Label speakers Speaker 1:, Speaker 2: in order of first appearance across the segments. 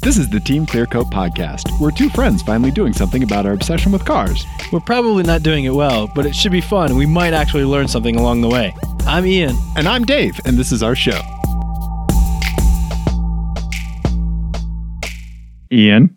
Speaker 1: This is the Team Clearcoat podcast. We're two friends finally doing something about our obsession with cars.
Speaker 2: We're probably not doing it well, but it should be fun and we might actually learn something along the way. I'm Ian.
Speaker 1: And I'm Dave, and this is our show. Ian,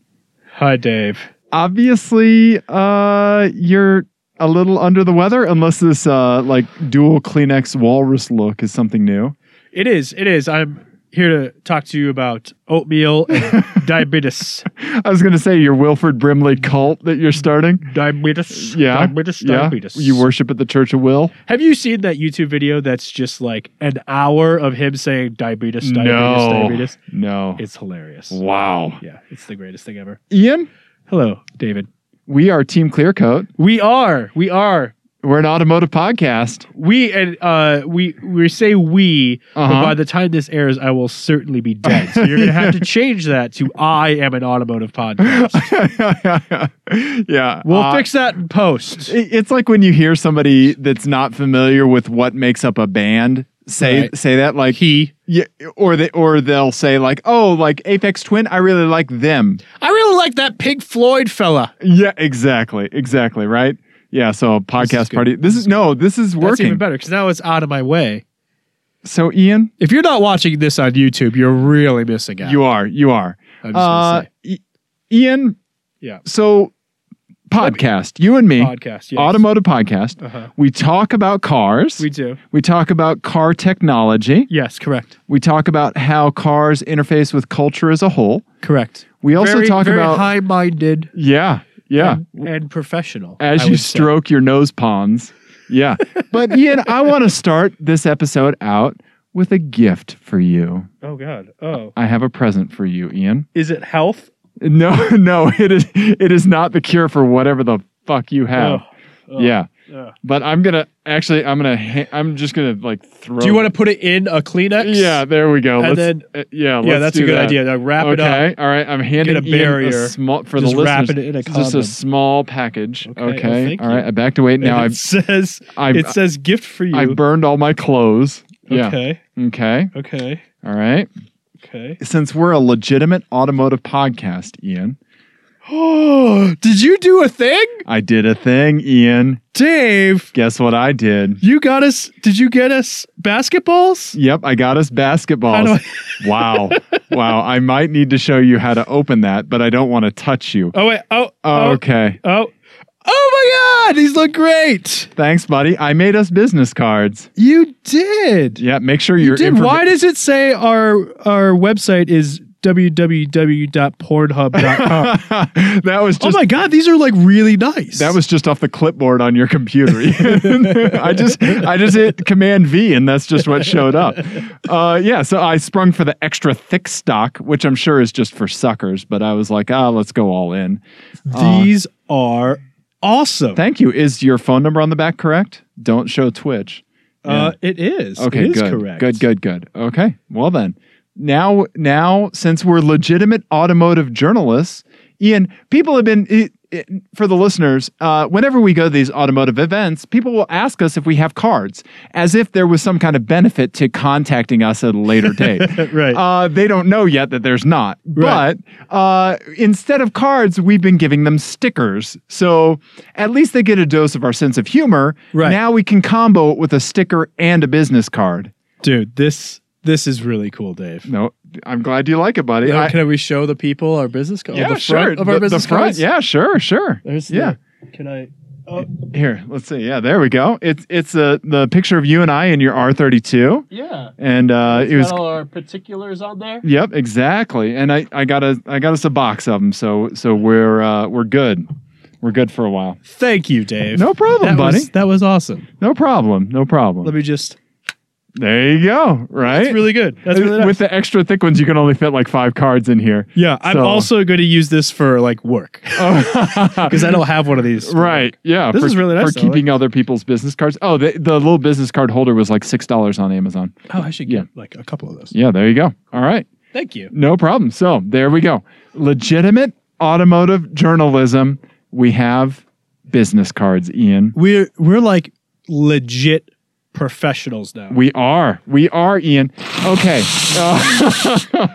Speaker 3: Hi, Dave.
Speaker 1: obviously, uh, you're a little under the weather, unless this uh, like dual Kleenex walrus look is something new.
Speaker 3: It is. It is. I'm here to talk to you about oatmeal and diabetes.
Speaker 1: I was gonna say your Wilford Brimley cult that you're starting.
Speaker 3: Diabetes.
Speaker 1: Yeah,
Speaker 3: Diabetes.
Speaker 1: yeah.
Speaker 3: Diabetes.
Speaker 1: You worship at the Church of Will.
Speaker 3: Have you seen that YouTube video that's just like an hour of him saying diabetes, diabetes, diabetes?
Speaker 1: no.
Speaker 3: It's hilarious.
Speaker 1: wow,
Speaker 3: Yeah, it's the greatest thing ever.
Speaker 1: Ian.
Speaker 3: Hello, David.
Speaker 1: We are Team Clearcoat.
Speaker 3: We are. We are.
Speaker 1: We're an automotive podcast.
Speaker 3: We and uh we we say we,
Speaker 1: Uh-huh.
Speaker 3: but by the time this airs, I will certainly be dead. So you're gonna have to change that to I am an automotive podcast.
Speaker 1: yeah.
Speaker 3: We'll
Speaker 1: uh,
Speaker 3: fix that in post.
Speaker 1: it- It's like when you hear somebody that's not familiar with what makes up a band say
Speaker 3: Right.
Speaker 1: say that like
Speaker 3: He.
Speaker 1: yeah, or they or they'll say like oh like Apex Twin I really like them.
Speaker 3: I really like that Pig Floyd fella.
Speaker 1: Yeah, exactly. Exactly, right? Yeah, so podcast
Speaker 3: good.
Speaker 1: party. This is no, this is
Speaker 3: That's even
Speaker 1: working.
Speaker 3: better because now it's out of my way.
Speaker 1: So Ian,
Speaker 3: If you're not watching this on YouTube, you're really missing out.
Speaker 1: you are, you are.
Speaker 3: I'm just gonna say.
Speaker 1: Uh, I- Ian,
Speaker 3: Yeah.
Speaker 1: So podcast, you and me,
Speaker 3: Podcast. Yes.
Speaker 1: automotive podcast.
Speaker 3: Uh-huh.
Speaker 1: We talk about cars.
Speaker 3: We do.
Speaker 1: We talk about car technology.
Speaker 3: Yes, correct.
Speaker 1: We talk about how cars interface with culture as a whole.
Speaker 3: Correct.
Speaker 1: We also
Speaker 3: very,
Speaker 1: talk
Speaker 3: very
Speaker 1: about
Speaker 3: high-minded
Speaker 1: yeah, yeah.
Speaker 3: and, and professional.
Speaker 1: As
Speaker 3: I
Speaker 1: you
Speaker 3: would say.
Speaker 1: stroke your nose ponds, yeah. but Ian, I want to start this episode out with a gift for you.
Speaker 3: Oh God. Oh.
Speaker 1: I have a present for you, Ian.
Speaker 3: Is it health?
Speaker 1: No, no, it is it is not the cure for whatever the fuck you have.
Speaker 3: Oh, oh,
Speaker 1: yeah,
Speaker 3: oh.
Speaker 1: but I'm gonna actually, I'm gonna, ha- I'm just gonna like throw.
Speaker 3: Do you want to put it in a Kleenex?
Speaker 1: Yeah, there we go. Let's,
Speaker 3: And then-
Speaker 1: uh, yeah,
Speaker 3: Yeah,
Speaker 1: let's
Speaker 3: that's a
Speaker 1: do
Speaker 3: good
Speaker 1: that.
Speaker 3: idea. Now wrap it up.
Speaker 1: okay. All right. I'm handing
Speaker 3: a
Speaker 1: Ian
Speaker 3: barrier.
Speaker 1: small for
Speaker 3: Just
Speaker 1: the
Speaker 3: wrap
Speaker 1: listeners.
Speaker 3: it in a
Speaker 1: it's just a
Speaker 3: condom.
Speaker 1: small package.
Speaker 3: Okay,
Speaker 1: Okay.
Speaker 3: well, thank
Speaker 1: all right.
Speaker 3: you.
Speaker 1: I backed away.
Speaker 3: And
Speaker 1: Now
Speaker 3: it
Speaker 1: I've
Speaker 3: says
Speaker 1: I've,
Speaker 3: it says gift for you.
Speaker 1: I've burned all my clothes. Yeah.
Speaker 3: Okay.
Speaker 1: Okay.
Speaker 3: Okay.
Speaker 1: All right.
Speaker 3: Okay.
Speaker 1: Since we're a legitimate automotive podcast, Ian,
Speaker 3: Oh, did you do a thing,
Speaker 1: I did a thing, Ian.
Speaker 3: Dave?
Speaker 1: Guess what I did?
Speaker 3: You got us. Did you get us basketballs?
Speaker 1: Yep, I got us basketballs. wow. Wow. I might need to show you how to open that, but I don't want to touch you.
Speaker 3: Oh wait. Oh. Oh.
Speaker 1: Okay.
Speaker 3: Oh. Oh my God! These look great.
Speaker 1: Thanks, buddy. I made us business cards.
Speaker 3: You did.
Speaker 1: Yeah, make sure you're.
Speaker 3: You did. Why does it say our our website is www.pornhub.com?
Speaker 1: that was
Speaker 3: oh
Speaker 1: just
Speaker 3: my God! These are like really nice.
Speaker 1: that was just off the clipboard on your computer. I just I just hit Command V and that's just what showed up. Uh, yeah, so I sprung for the extra thick stock, which I'm sure is just for suckers. But I was like, ah, let's go all in. Uh,
Speaker 3: These are awesome.
Speaker 1: Thank you. Is your phone number on the back correct? Don't show Twitch.
Speaker 3: Uh, it is.
Speaker 1: Okay,
Speaker 3: it is
Speaker 1: good.
Speaker 3: correct.
Speaker 1: Good, good, good. Okay. Well then. Now now since we're legitimate automotive journalists, Ian, people have been it, it, for the listeners, uh, whenever we go to these automotive events, people will ask us if we have cards, as if there was some kind of benefit to contacting us at a later date.
Speaker 3: Right.
Speaker 1: Uh, they don't know yet that there's not.
Speaker 3: Right.
Speaker 1: But uh, instead of cards, we've been giving them stickers. So at least they get a dose of our sense of humor.
Speaker 3: Right.
Speaker 1: Now we can combo it with a sticker and a business card.
Speaker 3: Dude, this this is really cool, Dave.
Speaker 1: No, I'm glad you like it, buddy.
Speaker 3: Now,
Speaker 1: I-
Speaker 3: can we show the people our business card?
Speaker 1: yeah,
Speaker 3: the front
Speaker 1: sure.
Speaker 3: Of our
Speaker 1: the, the
Speaker 3: business
Speaker 1: front.
Speaker 3: cards?
Speaker 1: Yeah, sure, sure.
Speaker 3: There's the-
Speaker 1: yeah.
Speaker 3: can I? oh,
Speaker 1: Here, let's see. Yeah, there we go. It's it's uh, the picture of you and I in your R32,
Speaker 3: Yeah.
Speaker 1: and uh, it was
Speaker 3: all our particulars on there.
Speaker 1: Yep, exactly. And I, I got a I got us a box of them, so so we're uh, we're good. We're good for a while.
Speaker 3: Thank you, Dave.
Speaker 1: No problem,
Speaker 3: that
Speaker 1: buddy.
Speaker 3: Was, that was awesome.
Speaker 1: No problem. No problem.
Speaker 3: Let me just.
Speaker 1: there you go. Right.
Speaker 3: It's really good. That's really nice.
Speaker 1: With the extra thick ones, you can only fit like five cards in here.
Speaker 3: yeah, I'm
Speaker 1: so-
Speaker 3: also going to use this for like work
Speaker 1: Oh.
Speaker 3: because I don't have one of these.
Speaker 1: right. Yeah.
Speaker 3: This
Speaker 1: for,
Speaker 3: is really nice,
Speaker 1: for
Speaker 3: though.
Speaker 1: keeping other people's business cards. Oh, the, the little business card holder was like six dollars on Amazon.
Speaker 3: Oh, I should get like a couple of those.
Speaker 1: Yeah. There you go. All right.
Speaker 3: Thank you.
Speaker 1: No problem. So there we go. Legitimate automotive journalism. We have business cards, Ian.
Speaker 3: We're we're like legit professionals now.
Speaker 1: We are. We are, Ian. Okay. Uh,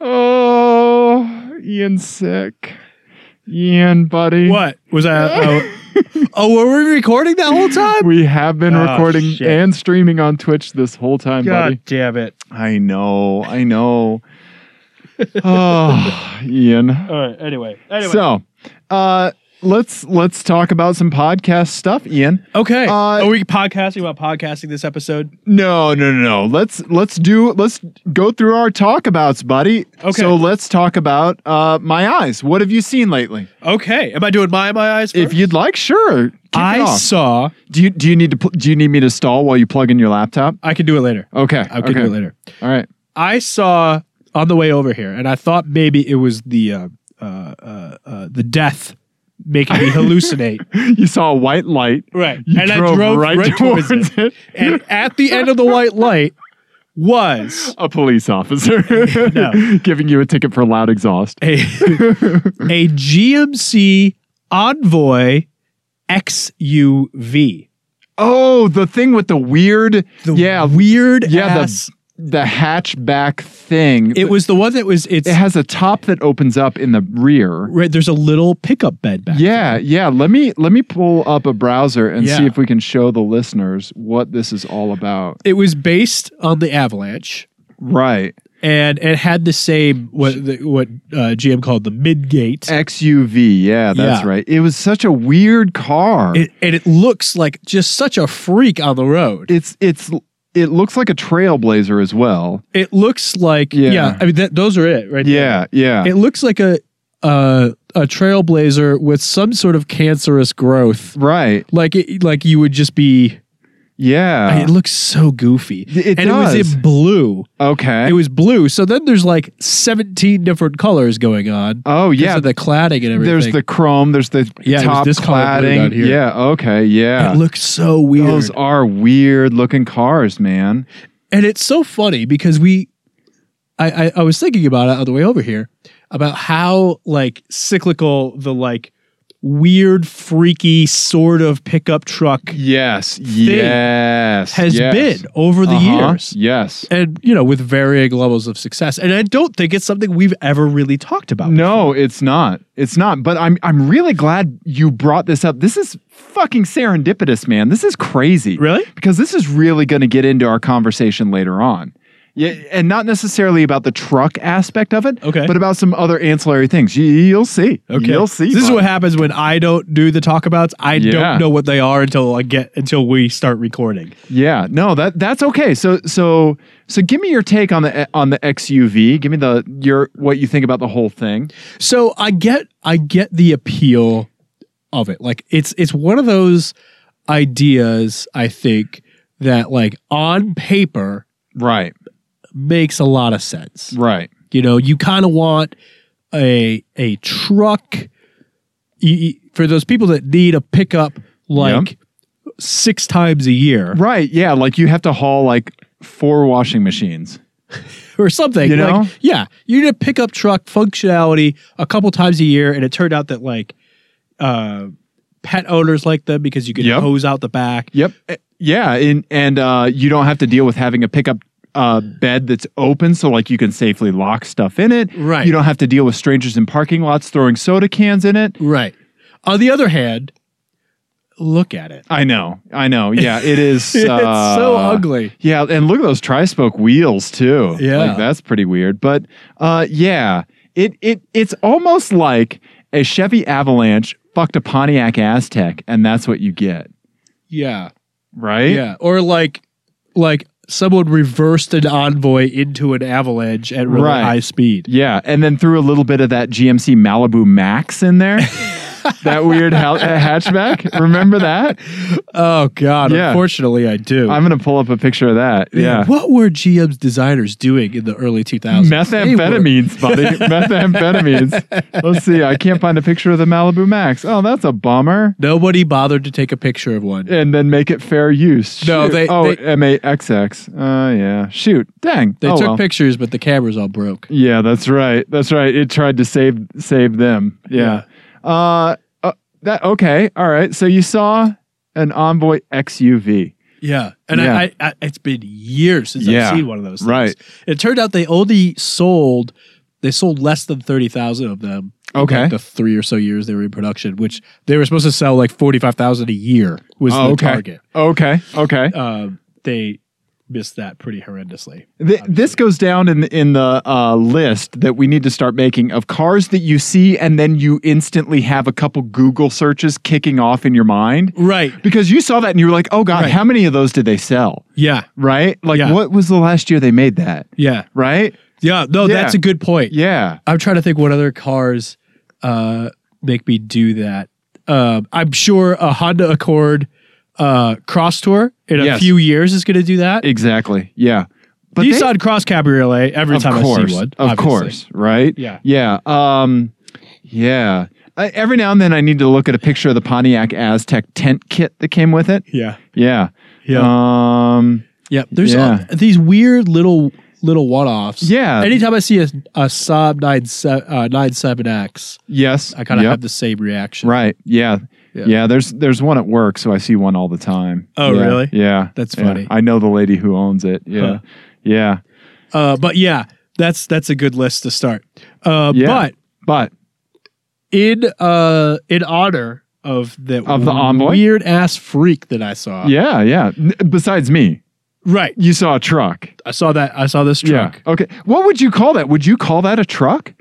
Speaker 1: oh, Ian's sick. Ian, buddy.
Speaker 3: What was that? Oh,
Speaker 2: Oh, were we recording that whole time?
Speaker 1: We have been
Speaker 3: Oh,
Speaker 1: recording
Speaker 3: shit.
Speaker 1: and streaming on Twitch this whole time, buddy.
Speaker 3: God damn it!
Speaker 1: I know. I know. oh, Ian.
Speaker 3: All right. Anyway. Anyway.
Speaker 1: So, uh, let's let's talk about some podcast stuff, Ian.
Speaker 3: okay.
Speaker 1: uh,
Speaker 3: Are we podcasting about podcasting this episode?
Speaker 1: No, no, no, no. Let's let's do let's go through our talk abouts, buddy.
Speaker 3: Okay.
Speaker 1: So let's talk about uh, my eyes. What have you seen lately?
Speaker 3: Okay. Am I doing my my eyes? First?
Speaker 1: If you'd like, sure. Kick it
Speaker 3: I
Speaker 1: off.
Speaker 3: saw.
Speaker 1: do you do you need to pl- do you need me to stall while you plug in your laptop?
Speaker 3: I can do it later.
Speaker 1: Okay.
Speaker 3: I can do it later.
Speaker 1: All right.
Speaker 3: I saw on the way over here, and I thought maybe it was the uh, uh, uh, uh, the death making me hallucinate.
Speaker 1: You saw a white light.
Speaker 3: right.
Speaker 1: You
Speaker 3: and
Speaker 1: drove
Speaker 3: I drove
Speaker 1: right
Speaker 3: right, towards,
Speaker 1: towards
Speaker 3: it. And at the end of the white light was
Speaker 1: A police officer
Speaker 3: No.
Speaker 1: giving you a ticket for loud exhaust.
Speaker 3: a a GMC Envoy XUV.
Speaker 1: Oh, the thing with the weird,
Speaker 3: The
Speaker 1: yeah,
Speaker 3: weird
Speaker 1: yeah,
Speaker 3: ass-
Speaker 1: the the hatchback thing.
Speaker 3: It was the one that was it's
Speaker 1: It has a top that opens up in the rear.
Speaker 3: right, there's a little pickup bed back.
Speaker 1: Yeah, yeah. Let me let me pull up a browser and see
Speaker 3: Yeah.
Speaker 1: if we can show the listeners what this is all about.
Speaker 3: It was based on the Avalanche.
Speaker 1: Right.
Speaker 3: and it had the same what the, what uh, GM called the mid gate,
Speaker 1: XUV. Yeah, that's
Speaker 3: Yeah.
Speaker 1: right. It was such a weird car.
Speaker 3: It- and it looks like just such a freak on the road. It,
Speaker 1: it's it's it looks like a Trailblazer as well.
Speaker 3: looks like
Speaker 1: Yeah.
Speaker 3: yeah. I mean that, those are it right
Speaker 1: Yeah, yeah.
Speaker 3: there. It looks like a uh, a trailblazer with some sort of cancerous growth,
Speaker 1: right.
Speaker 3: like it, like you would just be. I-
Speaker 1: Yeah.
Speaker 3: it looks so goofy,
Speaker 1: Uh-huh. it
Speaker 3: and it
Speaker 1: does. Uh-huh.
Speaker 3: was in blue.
Speaker 1: okay.
Speaker 3: It was blue. So then there's like 17 different colors going on.
Speaker 1: oh
Speaker 3: 'cause
Speaker 1: yeah.
Speaker 3: of the cladding and everything.
Speaker 1: There's the chrome. There's the
Speaker 3: Yeah, it was
Speaker 1: top
Speaker 3: this color blue
Speaker 1: cladding.
Speaker 3: down here.
Speaker 1: Yeah. Okay.
Speaker 3: It
Speaker 1: Yeah.
Speaker 3: looks so weird.
Speaker 1: Those are weird looking cars, man.
Speaker 3: And it's so funny because we, I, I, I was thinking about it on the way over here about how like cyclical the like weird, freaky sort of pickup truck
Speaker 1: Yes. Yes.
Speaker 3: has
Speaker 1: yes.
Speaker 3: been over the
Speaker 1: Uh-huh,
Speaker 3: years.
Speaker 1: Yes.
Speaker 3: And you know, with varying levels of success, and I don't think it's something we've ever really talked about.
Speaker 1: No, it's not. It's not. But I'm I'm really glad you brought this up. This is fucking serendipitous, man. This is crazy.
Speaker 3: Really?
Speaker 1: Because this is really going to get into our conversation later on. Yeah, and not necessarily about the truck aspect of it,
Speaker 3: Okay.
Speaker 1: but about some other ancillary things. You, you'll see.
Speaker 3: Okay.
Speaker 1: You'll see.
Speaker 3: This is
Speaker 1: bud.
Speaker 3: what happens when I don't do the talkabouts. I
Speaker 1: Yeah.
Speaker 3: don't know what they are until I get until we start recording.
Speaker 1: Yeah, no, that that's okay. So so so give me your take on the eh, on the XUV. Give me the your what you think about the whole thing.
Speaker 3: So I get I get the appeal of it. Like it's it's one of those ideas I think that like on paper
Speaker 1: Right.
Speaker 3: makes a lot of sense.
Speaker 1: Right.
Speaker 3: You know, you kind of want a a truck you- you- for those people that need a pickup like six times a year
Speaker 1: Right. Yeah, like you have to haul like four washing machines.
Speaker 3: or something.
Speaker 1: You know?
Speaker 3: Like, yeah, you need a pickup truck functionality a couple times a year, and it turned out that like uh, pet owners like them because you can
Speaker 1: Yep.
Speaker 3: hose out the back.
Speaker 1: Yep. Eh, Yeah, and and uh you don't have to deal with having a pickup uh bed that's open so like you can safely lock stuff in it.
Speaker 3: Right.
Speaker 1: You don't have to deal with strangers in parking lots throwing soda cans in it.
Speaker 3: Right. On the other hand, look at it.
Speaker 1: I know. I know. Yeah, it is
Speaker 3: It's
Speaker 1: uh,
Speaker 3: so ugly.
Speaker 1: Yeah, and look at those tri-spoke wheels too.
Speaker 3: Yeah.
Speaker 1: like, that's pretty weird. But uh, yeah, it it it's almost like a Chevy Avalanche fucked a Pontiac Aztec, and that's what you get,
Speaker 3: Yeah.
Speaker 1: right?
Speaker 3: Yeah. Or like, like someone reversed an envoy into an avalanche at really
Speaker 1: Right.
Speaker 3: high speed.
Speaker 1: Yeah, and then threw a little bit of that GMC Malibu Max in there. that weird ha- hatchback. Remember that?
Speaker 3: Oh God!
Speaker 1: Yeah.
Speaker 3: Unfortunately, I do.
Speaker 1: I'm gonna pull up a picture of that. Yeah.
Speaker 3: What were GM's designers doing in the early 2000s? They were-
Speaker 1: Methamphetamines, buddy. Methamphetamines. Let's see. I can't find a picture of the Malibu Max. Oh, that's a bummer.
Speaker 3: Nobody bothered to take a picture of one.
Speaker 1: and then make it fair use.
Speaker 3: No,
Speaker 1: Shoot.
Speaker 3: they-
Speaker 1: oh
Speaker 3: they-
Speaker 1: M A X X. Oh yeah, shoot, dang.
Speaker 3: They
Speaker 1: oh,
Speaker 3: took
Speaker 1: well.
Speaker 3: pictures, but the cameras all broke.
Speaker 1: Yeah, that's right. That's right. It tried to save save them. Yeah. Uh, uh, that okay. All right. So you saw an Envoy XUV.
Speaker 3: Yeah, and
Speaker 1: Yeah.
Speaker 3: I, I, I, it's been years since
Speaker 1: Yeah.
Speaker 3: I've seen one of those. Things.
Speaker 1: Right.
Speaker 3: It turned out they only sold they sold less than thirty thousand of them. in,
Speaker 1: Okay.
Speaker 3: like, the three or so years they were in production, which they were supposed to sell like forty five thousand a year was
Speaker 1: Oh,
Speaker 3: the
Speaker 1: okay.
Speaker 3: target.
Speaker 1: Okay. Okay.
Speaker 3: Um, they missed that pretty horrendously.
Speaker 1: Th- this goes down in in the uh, list that we need to start making of cars that you see and then you instantly have a couple Google searches kicking off in your mind
Speaker 3: Right.
Speaker 1: because you saw that and you were like, "Oh God,
Speaker 3: Right.
Speaker 1: how many of those did they sell?"
Speaker 3: Yeah.
Speaker 1: Right? Like,
Speaker 3: Yeah.
Speaker 1: what was the last year they made that?
Speaker 3: Yeah.
Speaker 1: Right?
Speaker 3: Yeah. No,
Speaker 1: Yeah.
Speaker 3: that's a good point.
Speaker 1: Yeah.
Speaker 3: I'm trying to think what other cars uh, make me do that. Um, I'm sure a Honda Accord uh, Cross Tour in a
Speaker 1: Yes.
Speaker 3: few years is going to do that.
Speaker 1: Exactly. Yeah. But they-
Speaker 3: Nissan Cross Cabriolet every
Speaker 1: of
Speaker 3: time
Speaker 1: course,
Speaker 3: I see one.
Speaker 1: of
Speaker 3: obviously.
Speaker 1: course, right?
Speaker 3: Yeah.
Speaker 1: Yeah. Um, yeah. I, every now and then I need to look at a picture of the Pontiac Aztec tent kit that came with it.
Speaker 3: Yeah.
Speaker 1: Yeah.
Speaker 3: Yeah.
Speaker 1: Um,
Speaker 3: yeah. There's
Speaker 1: yeah.
Speaker 3: uh, these weird little little one offs.
Speaker 1: Yeah.
Speaker 3: Anytime I see a, a Saab 97, uh, 97X,
Speaker 1: yes.
Speaker 3: I kind of
Speaker 1: Yep.
Speaker 3: have the same reaction.
Speaker 1: Right. Yeah.
Speaker 3: Yeah.
Speaker 1: yeah. There's there's one at work, so I see one all the time.
Speaker 3: Oh,
Speaker 1: Yeah.
Speaker 3: really?
Speaker 1: Yeah.
Speaker 3: That's
Speaker 1: Yeah.
Speaker 3: funny.
Speaker 1: I know the lady who owns it. Yeah.
Speaker 3: Huh.
Speaker 1: Yeah.
Speaker 3: Uh, but yeah, that's that's a good list to start. Uh,
Speaker 1: Yeah.
Speaker 3: But
Speaker 1: But
Speaker 3: in uh in honor of the
Speaker 1: Of the envoy?
Speaker 3: weird ass freak that I saw.
Speaker 1: yeah, yeah. N- besides me,
Speaker 3: Right.
Speaker 1: you saw a truck.
Speaker 3: I saw that I saw this truck.
Speaker 1: Yeah. Okay. What would you call that? Would you call that a truck?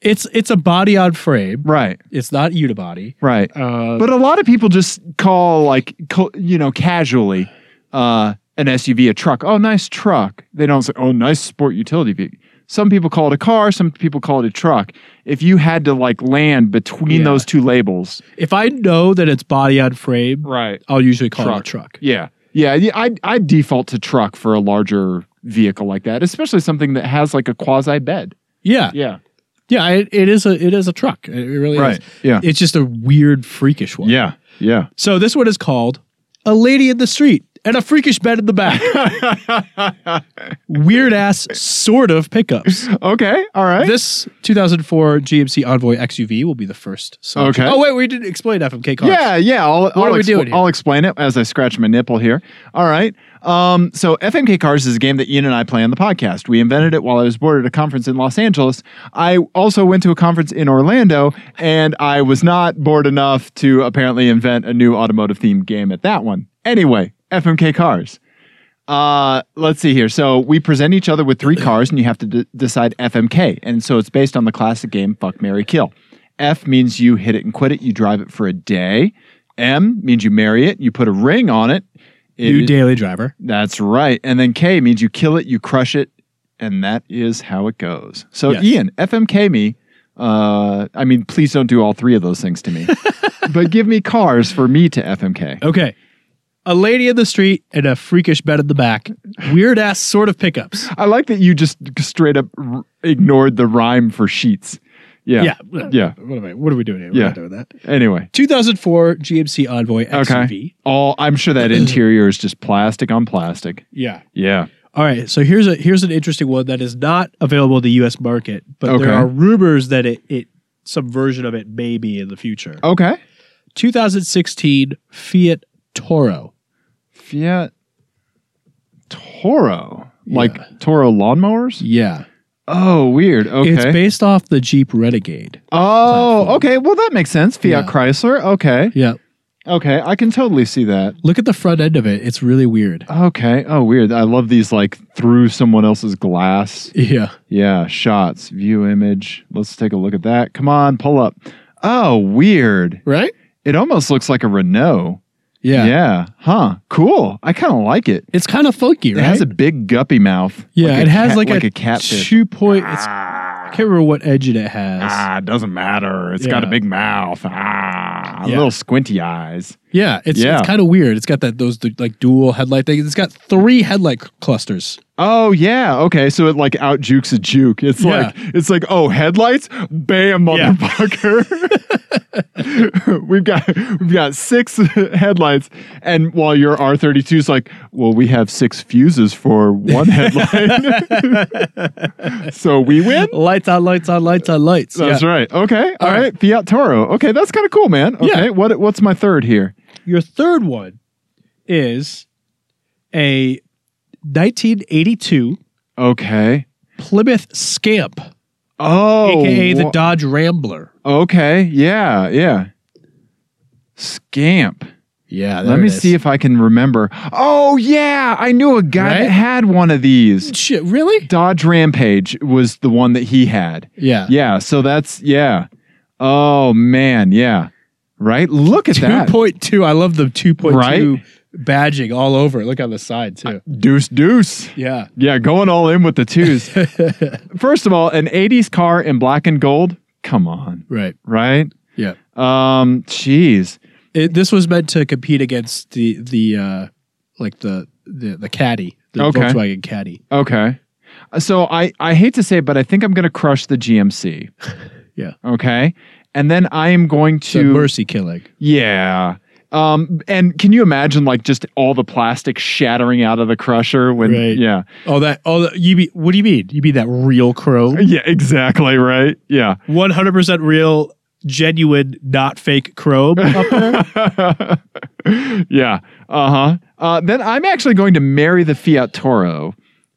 Speaker 3: It's it's a body on frame.
Speaker 1: Right.
Speaker 3: It's not unibody.
Speaker 1: Right.
Speaker 3: Uh
Speaker 1: But a lot of people just call like co- you know casually uh, an SUV a truck. Oh, nice truck. They don't say oh, nice sport utility vehicle. Some people call it a car. Some people call it a truck. If you had to like land between
Speaker 3: Yeah.
Speaker 1: those two labels,
Speaker 3: if I know that it's body on frame,
Speaker 1: right?
Speaker 3: I'll usually call it a truck.
Speaker 1: Yeah, yeah. yeah, I I default to truck for a larger vehicle like that, especially something that has like a quasi bed.
Speaker 3: Yeah.
Speaker 1: Yeah.
Speaker 3: Yeah, it, it is a it is a truck. It really
Speaker 1: Right.
Speaker 3: is.
Speaker 1: Yeah.
Speaker 3: It's just a weird freakish one.
Speaker 1: Yeah. Yeah.
Speaker 3: So this one is called A Lady in the Street and a Freakish Bed in the Back. weird ass sort of pickups.
Speaker 1: Okay. All right.
Speaker 3: This 2004 GMC Envoy XUV will be the first. Sub-
Speaker 1: Okay.
Speaker 3: Oh wait, we didn't explain FMK cars.
Speaker 1: Yeah, yeah. I'll, I'll
Speaker 3: are we
Speaker 1: expl-
Speaker 3: doing here?
Speaker 1: I'll explain it as I scratch my nipple here. All right. Um, so FMK Cars is a game that Ian and I play on the podcast. We invented it while I was bored at a conference in Los Angeles. I also went to a conference in Orlando, and I was not bored enough to apparently invent a new automotive themed game at that one. Anyway, FMK Cars. Uh, let's see here. So we present each other with three cars, and you have to d- decide FMK. And so it's based on the classic game Fuck Mary Kill. F means you hit it and quit it. You drive it for a day. M means you marry it. You put a ring on it. It
Speaker 3: New
Speaker 1: is-
Speaker 3: daily driver.
Speaker 1: That's right. And then K means you kill it, you crush it, and that is how it goes. So
Speaker 3: Yes.
Speaker 1: Ian, FMK me. Uh, I mean, please don't do all three of those things to me, but give me cars for me to FMK.
Speaker 3: Okay. A lady in the street and a freakish bed in the back. Weird ass sort of pickups.
Speaker 1: I like that you just straight up r- ignored the rhyme for sheets. Yeah.
Speaker 3: Yeah.
Speaker 1: Yeah.
Speaker 3: What am I? What are we doing here?
Speaker 1: Yeah.
Speaker 3: We're not doing that.
Speaker 1: Anyway,
Speaker 3: 2004 GMC Envoy XUV.
Speaker 1: all I'm sure that interior is just plastic on plastic.
Speaker 3: Yeah.
Speaker 1: Yeah.
Speaker 3: All right. So here's a here's an interesting one that is not available in the U.S. market, but
Speaker 1: Okay.
Speaker 3: there are rumors that it it some version of it may be in the future.
Speaker 1: Okay.
Speaker 3: 2016 Fiat Toro.
Speaker 1: Fiat Toro, like
Speaker 3: Yeah.
Speaker 1: Toro lawnmowers.
Speaker 3: Yeah.
Speaker 1: Oh, weird. Okay.
Speaker 3: It's based off the Jeep Renegade.
Speaker 1: Oh,
Speaker 3: platform.
Speaker 1: okay. Well, that makes sense. Fiat
Speaker 3: Yeah.
Speaker 1: Chrysler. Okay.
Speaker 3: Yeah.
Speaker 1: Okay. I can totally see that.
Speaker 3: Look at the front end of it. It's really weird.
Speaker 1: Okay. Oh, weird. I love these like through someone else's glass.
Speaker 3: Yeah.
Speaker 1: Yeah. Shots, view image. Let's take a look at that. Come on, pull up. Oh, weird.
Speaker 3: Right?
Speaker 1: It almost looks like a Renault.
Speaker 3: Yeah.
Speaker 1: Yeah. Huh. Cool. I kind of like it.
Speaker 3: It's kind of funky,
Speaker 1: It
Speaker 3: right?
Speaker 1: has a big guppy mouth.
Speaker 3: yeah,
Speaker 1: Like a
Speaker 3: it has
Speaker 1: cat-
Speaker 3: like,
Speaker 1: like
Speaker 3: a,
Speaker 1: a catfish.
Speaker 3: two point. It's, I
Speaker 1: Ah,
Speaker 3: can't remember what engine it has.
Speaker 1: ah, it doesn't matter. It's got a
Speaker 3: Yeah.
Speaker 1: big mouth. Ah,
Speaker 3: Yeah.
Speaker 1: little squinty eyes.
Speaker 3: yeah, it's,
Speaker 1: Yeah.
Speaker 3: it's kind of weird. It's got that those du- like dual headlight things. It's got three headlight c- clusters.
Speaker 1: Oh yeah, okay. So it like out jukes a juke. It's
Speaker 3: Yeah.
Speaker 1: like it's like oh headlights, bam,
Speaker 3: Yeah.
Speaker 1: motherfucker. we've got we've got six headlights, and while your R 32s like, well, we have six fuses for one headlight, so we win.
Speaker 3: Lights on, lights on, lights on, lights.
Speaker 1: That's right. Okay, all
Speaker 3: right.
Speaker 1: right. Fiat Toro. Okay, that's kind of cool, man.
Speaker 3: Yeah.
Speaker 1: Okay, what what's my third here?
Speaker 3: Your third one is a 1982
Speaker 1: Okay.
Speaker 3: Plymouth Scamp,
Speaker 1: Oh.
Speaker 3: aka the
Speaker 1: wha-
Speaker 3: Dodge Rambler.
Speaker 1: Oh, okay. Yeah. Yeah. Scamp.
Speaker 3: Yeah,
Speaker 1: Let me see if I can remember. Oh yeah, I knew a guy
Speaker 3: Right?
Speaker 1: that had one of these.
Speaker 3: Shit, really?
Speaker 1: Dodge Rampage was the one that he had.
Speaker 3: Yeah.
Speaker 1: Yeah, so that's yeah. Oh man, yeah. Right? Look at that.
Speaker 3: 2.2. I love the 2.2 badging all over. Look on the side, too.
Speaker 1: Deuce deuce.
Speaker 3: yeah.
Speaker 1: Yeah, going all in with the twos. First of all, an 80s car in black and gold? Come on,
Speaker 3: Right.
Speaker 1: right?
Speaker 3: Yeah.
Speaker 1: Um, jeez.
Speaker 3: It, this was meant to compete against the, the, uh, like the, the, the caddy, the
Speaker 1: Okay.
Speaker 3: Volkswagen caddy.
Speaker 1: Okay. So I I hate to say it, but I think I'm going to crush the GMC.
Speaker 3: Yeah.
Speaker 1: Okay. And then I am going
Speaker 3: So
Speaker 1: to
Speaker 3: mercy killing.
Speaker 1: Yeah. Um, and can you imagine like just all the plastic shattering out of the crusher when
Speaker 3: Right.
Speaker 1: yeah.
Speaker 3: Oh, that, oh, that, you be, what do you mean? You mean that real chrome?
Speaker 1: Yeah, exactly, right? Yeah.
Speaker 3: 100% real, genuine, not fake chrome up there?
Speaker 1: yeah. Uh-huh. Uh then I'm actually going to marry the Fiat Toro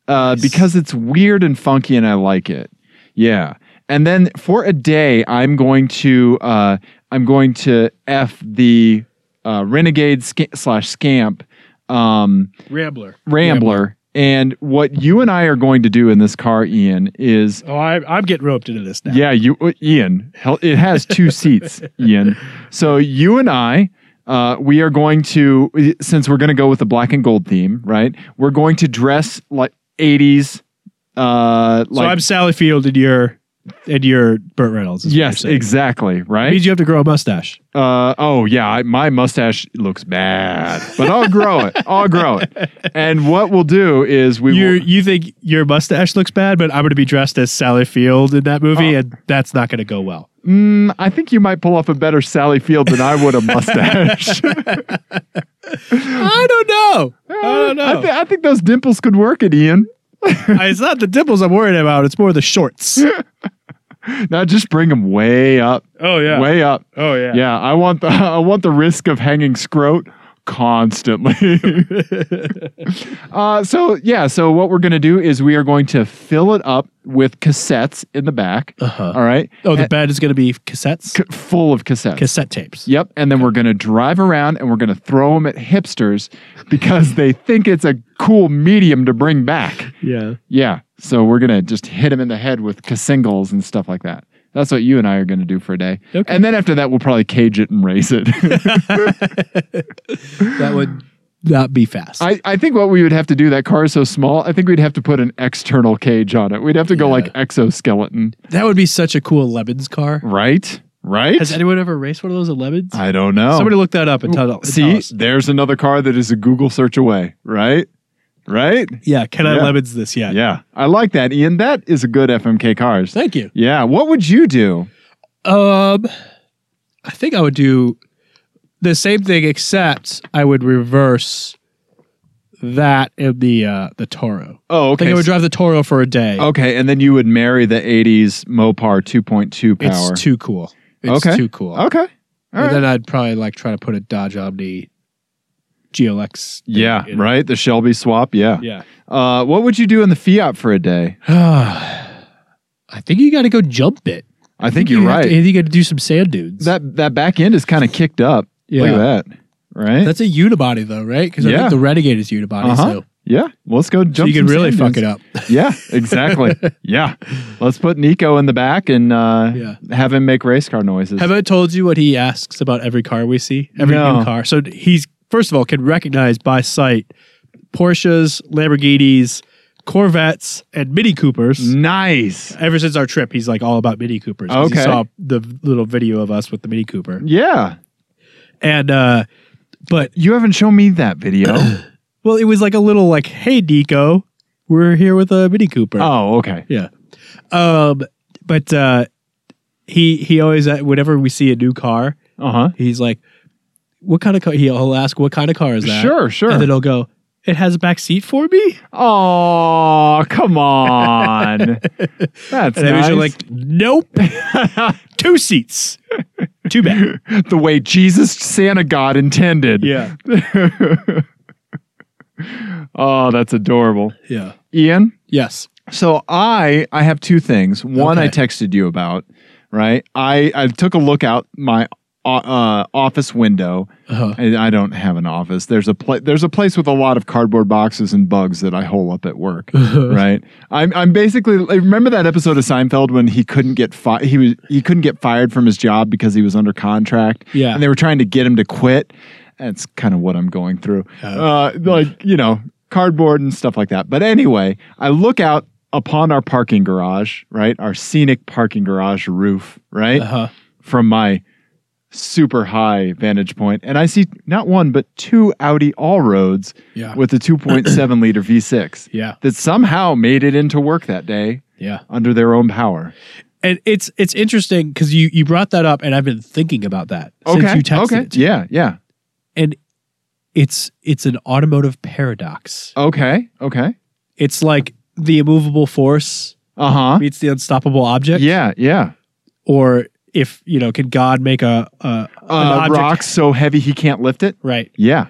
Speaker 1: uh because it's weird and funky and I like it. Yeah. And then for a day I'm going to uh I'm going to F the uh renegade sca- slash scamp um
Speaker 3: Rambler.
Speaker 1: Rambler. And what you and I are going to do in this car, Ian, is
Speaker 3: Oh, I, I'm getting roped into this now.
Speaker 1: yeah, you, uh, Ian, hell, it has two seats, Ian. So you and I, uh, we are going to, since we're going to go with the black and gold theme, right? We're going to dress like 80s. Uh,
Speaker 3: So I'm
Speaker 1: like,
Speaker 3: Sally Field and you're and you're Burt Reynolds. is what
Speaker 1: yes,
Speaker 3: you're saying.
Speaker 1: exactly,
Speaker 3: It
Speaker 1: right?
Speaker 3: means you have to grow a mustache.
Speaker 1: Uh, oh, yeah, I, my mustache looks bad, but I'll grow it. I'll grow it. And what we'll do is we
Speaker 3: You
Speaker 1: will.
Speaker 3: you think your mustache looks bad, but I'm going to be dressed as Sally Field in that movie,
Speaker 1: Oh.
Speaker 3: and that's not going to go well.
Speaker 1: Mm, I think you might pull off a better Sally Field than I would a mustache.
Speaker 3: I don't know. I don't
Speaker 1: I,
Speaker 3: know.
Speaker 1: thi- I think those dimples could work it, Ian.
Speaker 3: it's not the dimples I'm worried about. It's more the shorts.
Speaker 1: Now just bring them way up,
Speaker 3: Oh yeah.
Speaker 1: way up.
Speaker 3: oh
Speaker 1: Yeah. I want the I want the risk of hanging scrote constantly. uh, so yeah, so what we're gonna do is we are going to fill it up with cassettes in the back.
Speaker 3: Uh-huh.
Speaker 1: All right,
Speaker 3: Oh, the bed is going to be cassettes,
Speaker 1: C- full of cassettes.
Speaker 3: cassette tapes.
Speaker 1: Yep. And then we're going to drive around and we're going to throw them at hipsters because they think it's a cool medium to bring back.
Speaker 3: Yeah.
Speaker 1: Yeah. So we're going to just hit them in the head with singles and stuff like that. That's what you and I are going to do for a day.
Speaker 3: Okay.
Speaker 1: And then after that, we'll probably cage it and raise it.
Speaker 3: That would not be fast.
Speaker 1: I, I think what we would have to do, that car is so small, I think we'd have to put an external cage on it. We'd have to go
Speaker 3: Yeah.
Speaker 1: like exoskeleton.
Speaker 3: that would be such a cool Lemons car.
Speaker 1: Right? Right?
Speaker 3: Has anyone ever raced one of those Lemons?
Speaker 1: I don't know.
Speaker 3: Somebody look that up and tell, and tell
Speaker 1: See,
Speaker 3: us.
Speaker 1: there's another car that is a Google search away. Right? Right?
Speaker 3: Yeah, can I
Speaker 1: Yeah.
Speaker 3: lemons this? Yeah.
Speaker 1: Yeah, I like that, Ian. That is a good FMK cars.
Speaker 3: Thank you.
Speaker 1: Yeah, what would you do?
Speaker 3: Um, I think I would do the same thing, except I would reverse that in the uh, the Toro.
Speaker 1: Oh,
Speaker 3: I think
Speaker 1: okay.
Speaker 3: I would drive the Toro for a day.
Speaker 1: okay, and then you would marry the '80s Mopar 2.2 power.
Speaker 3: It's too cool. It's
Speaker 1: Okay.
Speaker 3: too cool.
Speaker 1: okay, all
Speaker 3: and
Speaker 1: right.
Speaker 3: then I'd probably like try to put a Dodge Omni GLX. in-
Speaker 1: yeah,
Speaker 3: in-
Speaker 1: right. The Shelby swap. Yeah.
Speaker 3: Yeah.
Speaker 1: Uh, what would you do in the Fiat for a day?
Speaker 3: I think you got to go jump it.
Speaker 1: I, think, you're
Speaker 3: you have
Speaker 1: right.
Speaker 3: To, I think you got to do some sand dunes.
Speaker 1: that that back end is kind of kicked up.
Speaker 3: yeah.
Speaker 1: Look at that. Right.
Speaker 3: That's a unibody though, right? Because I
Speaker 1: Yeah.
Speaker 3: think the Renegade is unibody.
Speaker 1: Uh-huh.
Speaker 3: So.
Speaker 1: yeah. Let's go jump.
Speaker 3: so you can
Speaker 1: some
Speaker 3: really
Speaker 1: sand
Speaker 3: fuck
Speaker 1: dunes.
Speaker 3: it up.
Speaker 1: Yeah. Exactly. yeah. Let's put Nico in the back and uh,
Speaker 3: Yeah.
Speaker 1: have him make race car noises.
Speaker 3: Have I told you what he asks about every car we see? Every
Speaker 1: No.
Speaker 3: new car. So he's first of all can recognize by sight Porsches, Lamborghinis, Corvettes, and Mini Coopers.
Speaker 1: Mm. nice.
Speaker 3: Ever since our trip, he's like all about Mini Coopers. 'cause
Speaker 1: Okay.
Speaker 3: He saw the little video of us with the Mini Cooper.
Speaker 1: Yeah.
Speaker 3: And uh but
Speaker 1: You haven't shown me that video.
Speaker 3: well, it was like a little like, hey Nico, we're here with a Mini Cooper.
Speaker 1: oh, okay.
Speaker 3: Yeah. Um but uh he he always uh, whenever we see a new car,
Speaker 1: Uh huh.
Speaker 3: He's like, "What kind of car?" He'll ask, "What kind of car is that?"
Speaker 1: Sure, sure.
Speaker 3: And then he'll go, "It has a back seat for me."
Speaker 1: Oh, come on. That's
Speaker 3: And
Speaker 1: nice.
Speaker 3: then like, "Nope, two seats, too bad."
Speaker 1: the way Jesus Santa God intended.
Speaker 3: Yeah.
Speaker 1: Oh, that's adorable.
Speaker 3: Yeah.
Speaker 1: Ian,
Speaker 3: Yes.
Speaker 1: so I I have two things. One I
Speaker 3: Okay.
Speaker 1: texted you about, right? I I took a look out my uh, uh, office window.
Speaker 3: Uh-huh.
Speaker 1: I, I don't have an office. There's a pla- there's a place with a lot of cardboard boxes and bugs that I hole up at work. right? I'm I'm basically like, remember that episode of Seinfeld when he couldn't get fi- he was he couldn't get fired from his job because he was under contract.
Speaker 3: Yeah.
Speaker 1: and they were trying to get him to quit. That's kind of what I'm going through. Uh, like you know, cardboard and stuff like that. But anyway, I look out upon our parking garage, right? Our scenic parking garage roof, right?
Speaker 3: Uh-huh.
Speaker 1: from my super high vantage point, and I see not one but two Audi All Roads
Speaker 3: Yeah.
Speaker 1: with a 2.7 liter V6
Speaker 3: Yeah.
Speaker 1: that somehow made it into work that day
Speaker 3: Yeah.
Speaker 1: under their own power.
Speaker 3: And it's it's interesting because you you brought that up, and I've been thinking about that since you texted
Speaker 1: okay,
Speaker 3: it.
Speaker 1: yeah, yeah,
Speaker 3: And it's it's an automotive paradox.
Speaker 1: okay, okay,
Speaker 3: It's like the immovable force
Speaker 1: uh huh,
Speaker 3: meets the unstoppable object.
Speaker 1: yeah, yeah.
Speaker 3: Or if you know, could God make a, a an
Speaker 1: Uh,
Speaker 3: object-
Speaker 1: rock so heavy he can't lift it.
Speaker 3: Right.
Speaker 1: Yeah,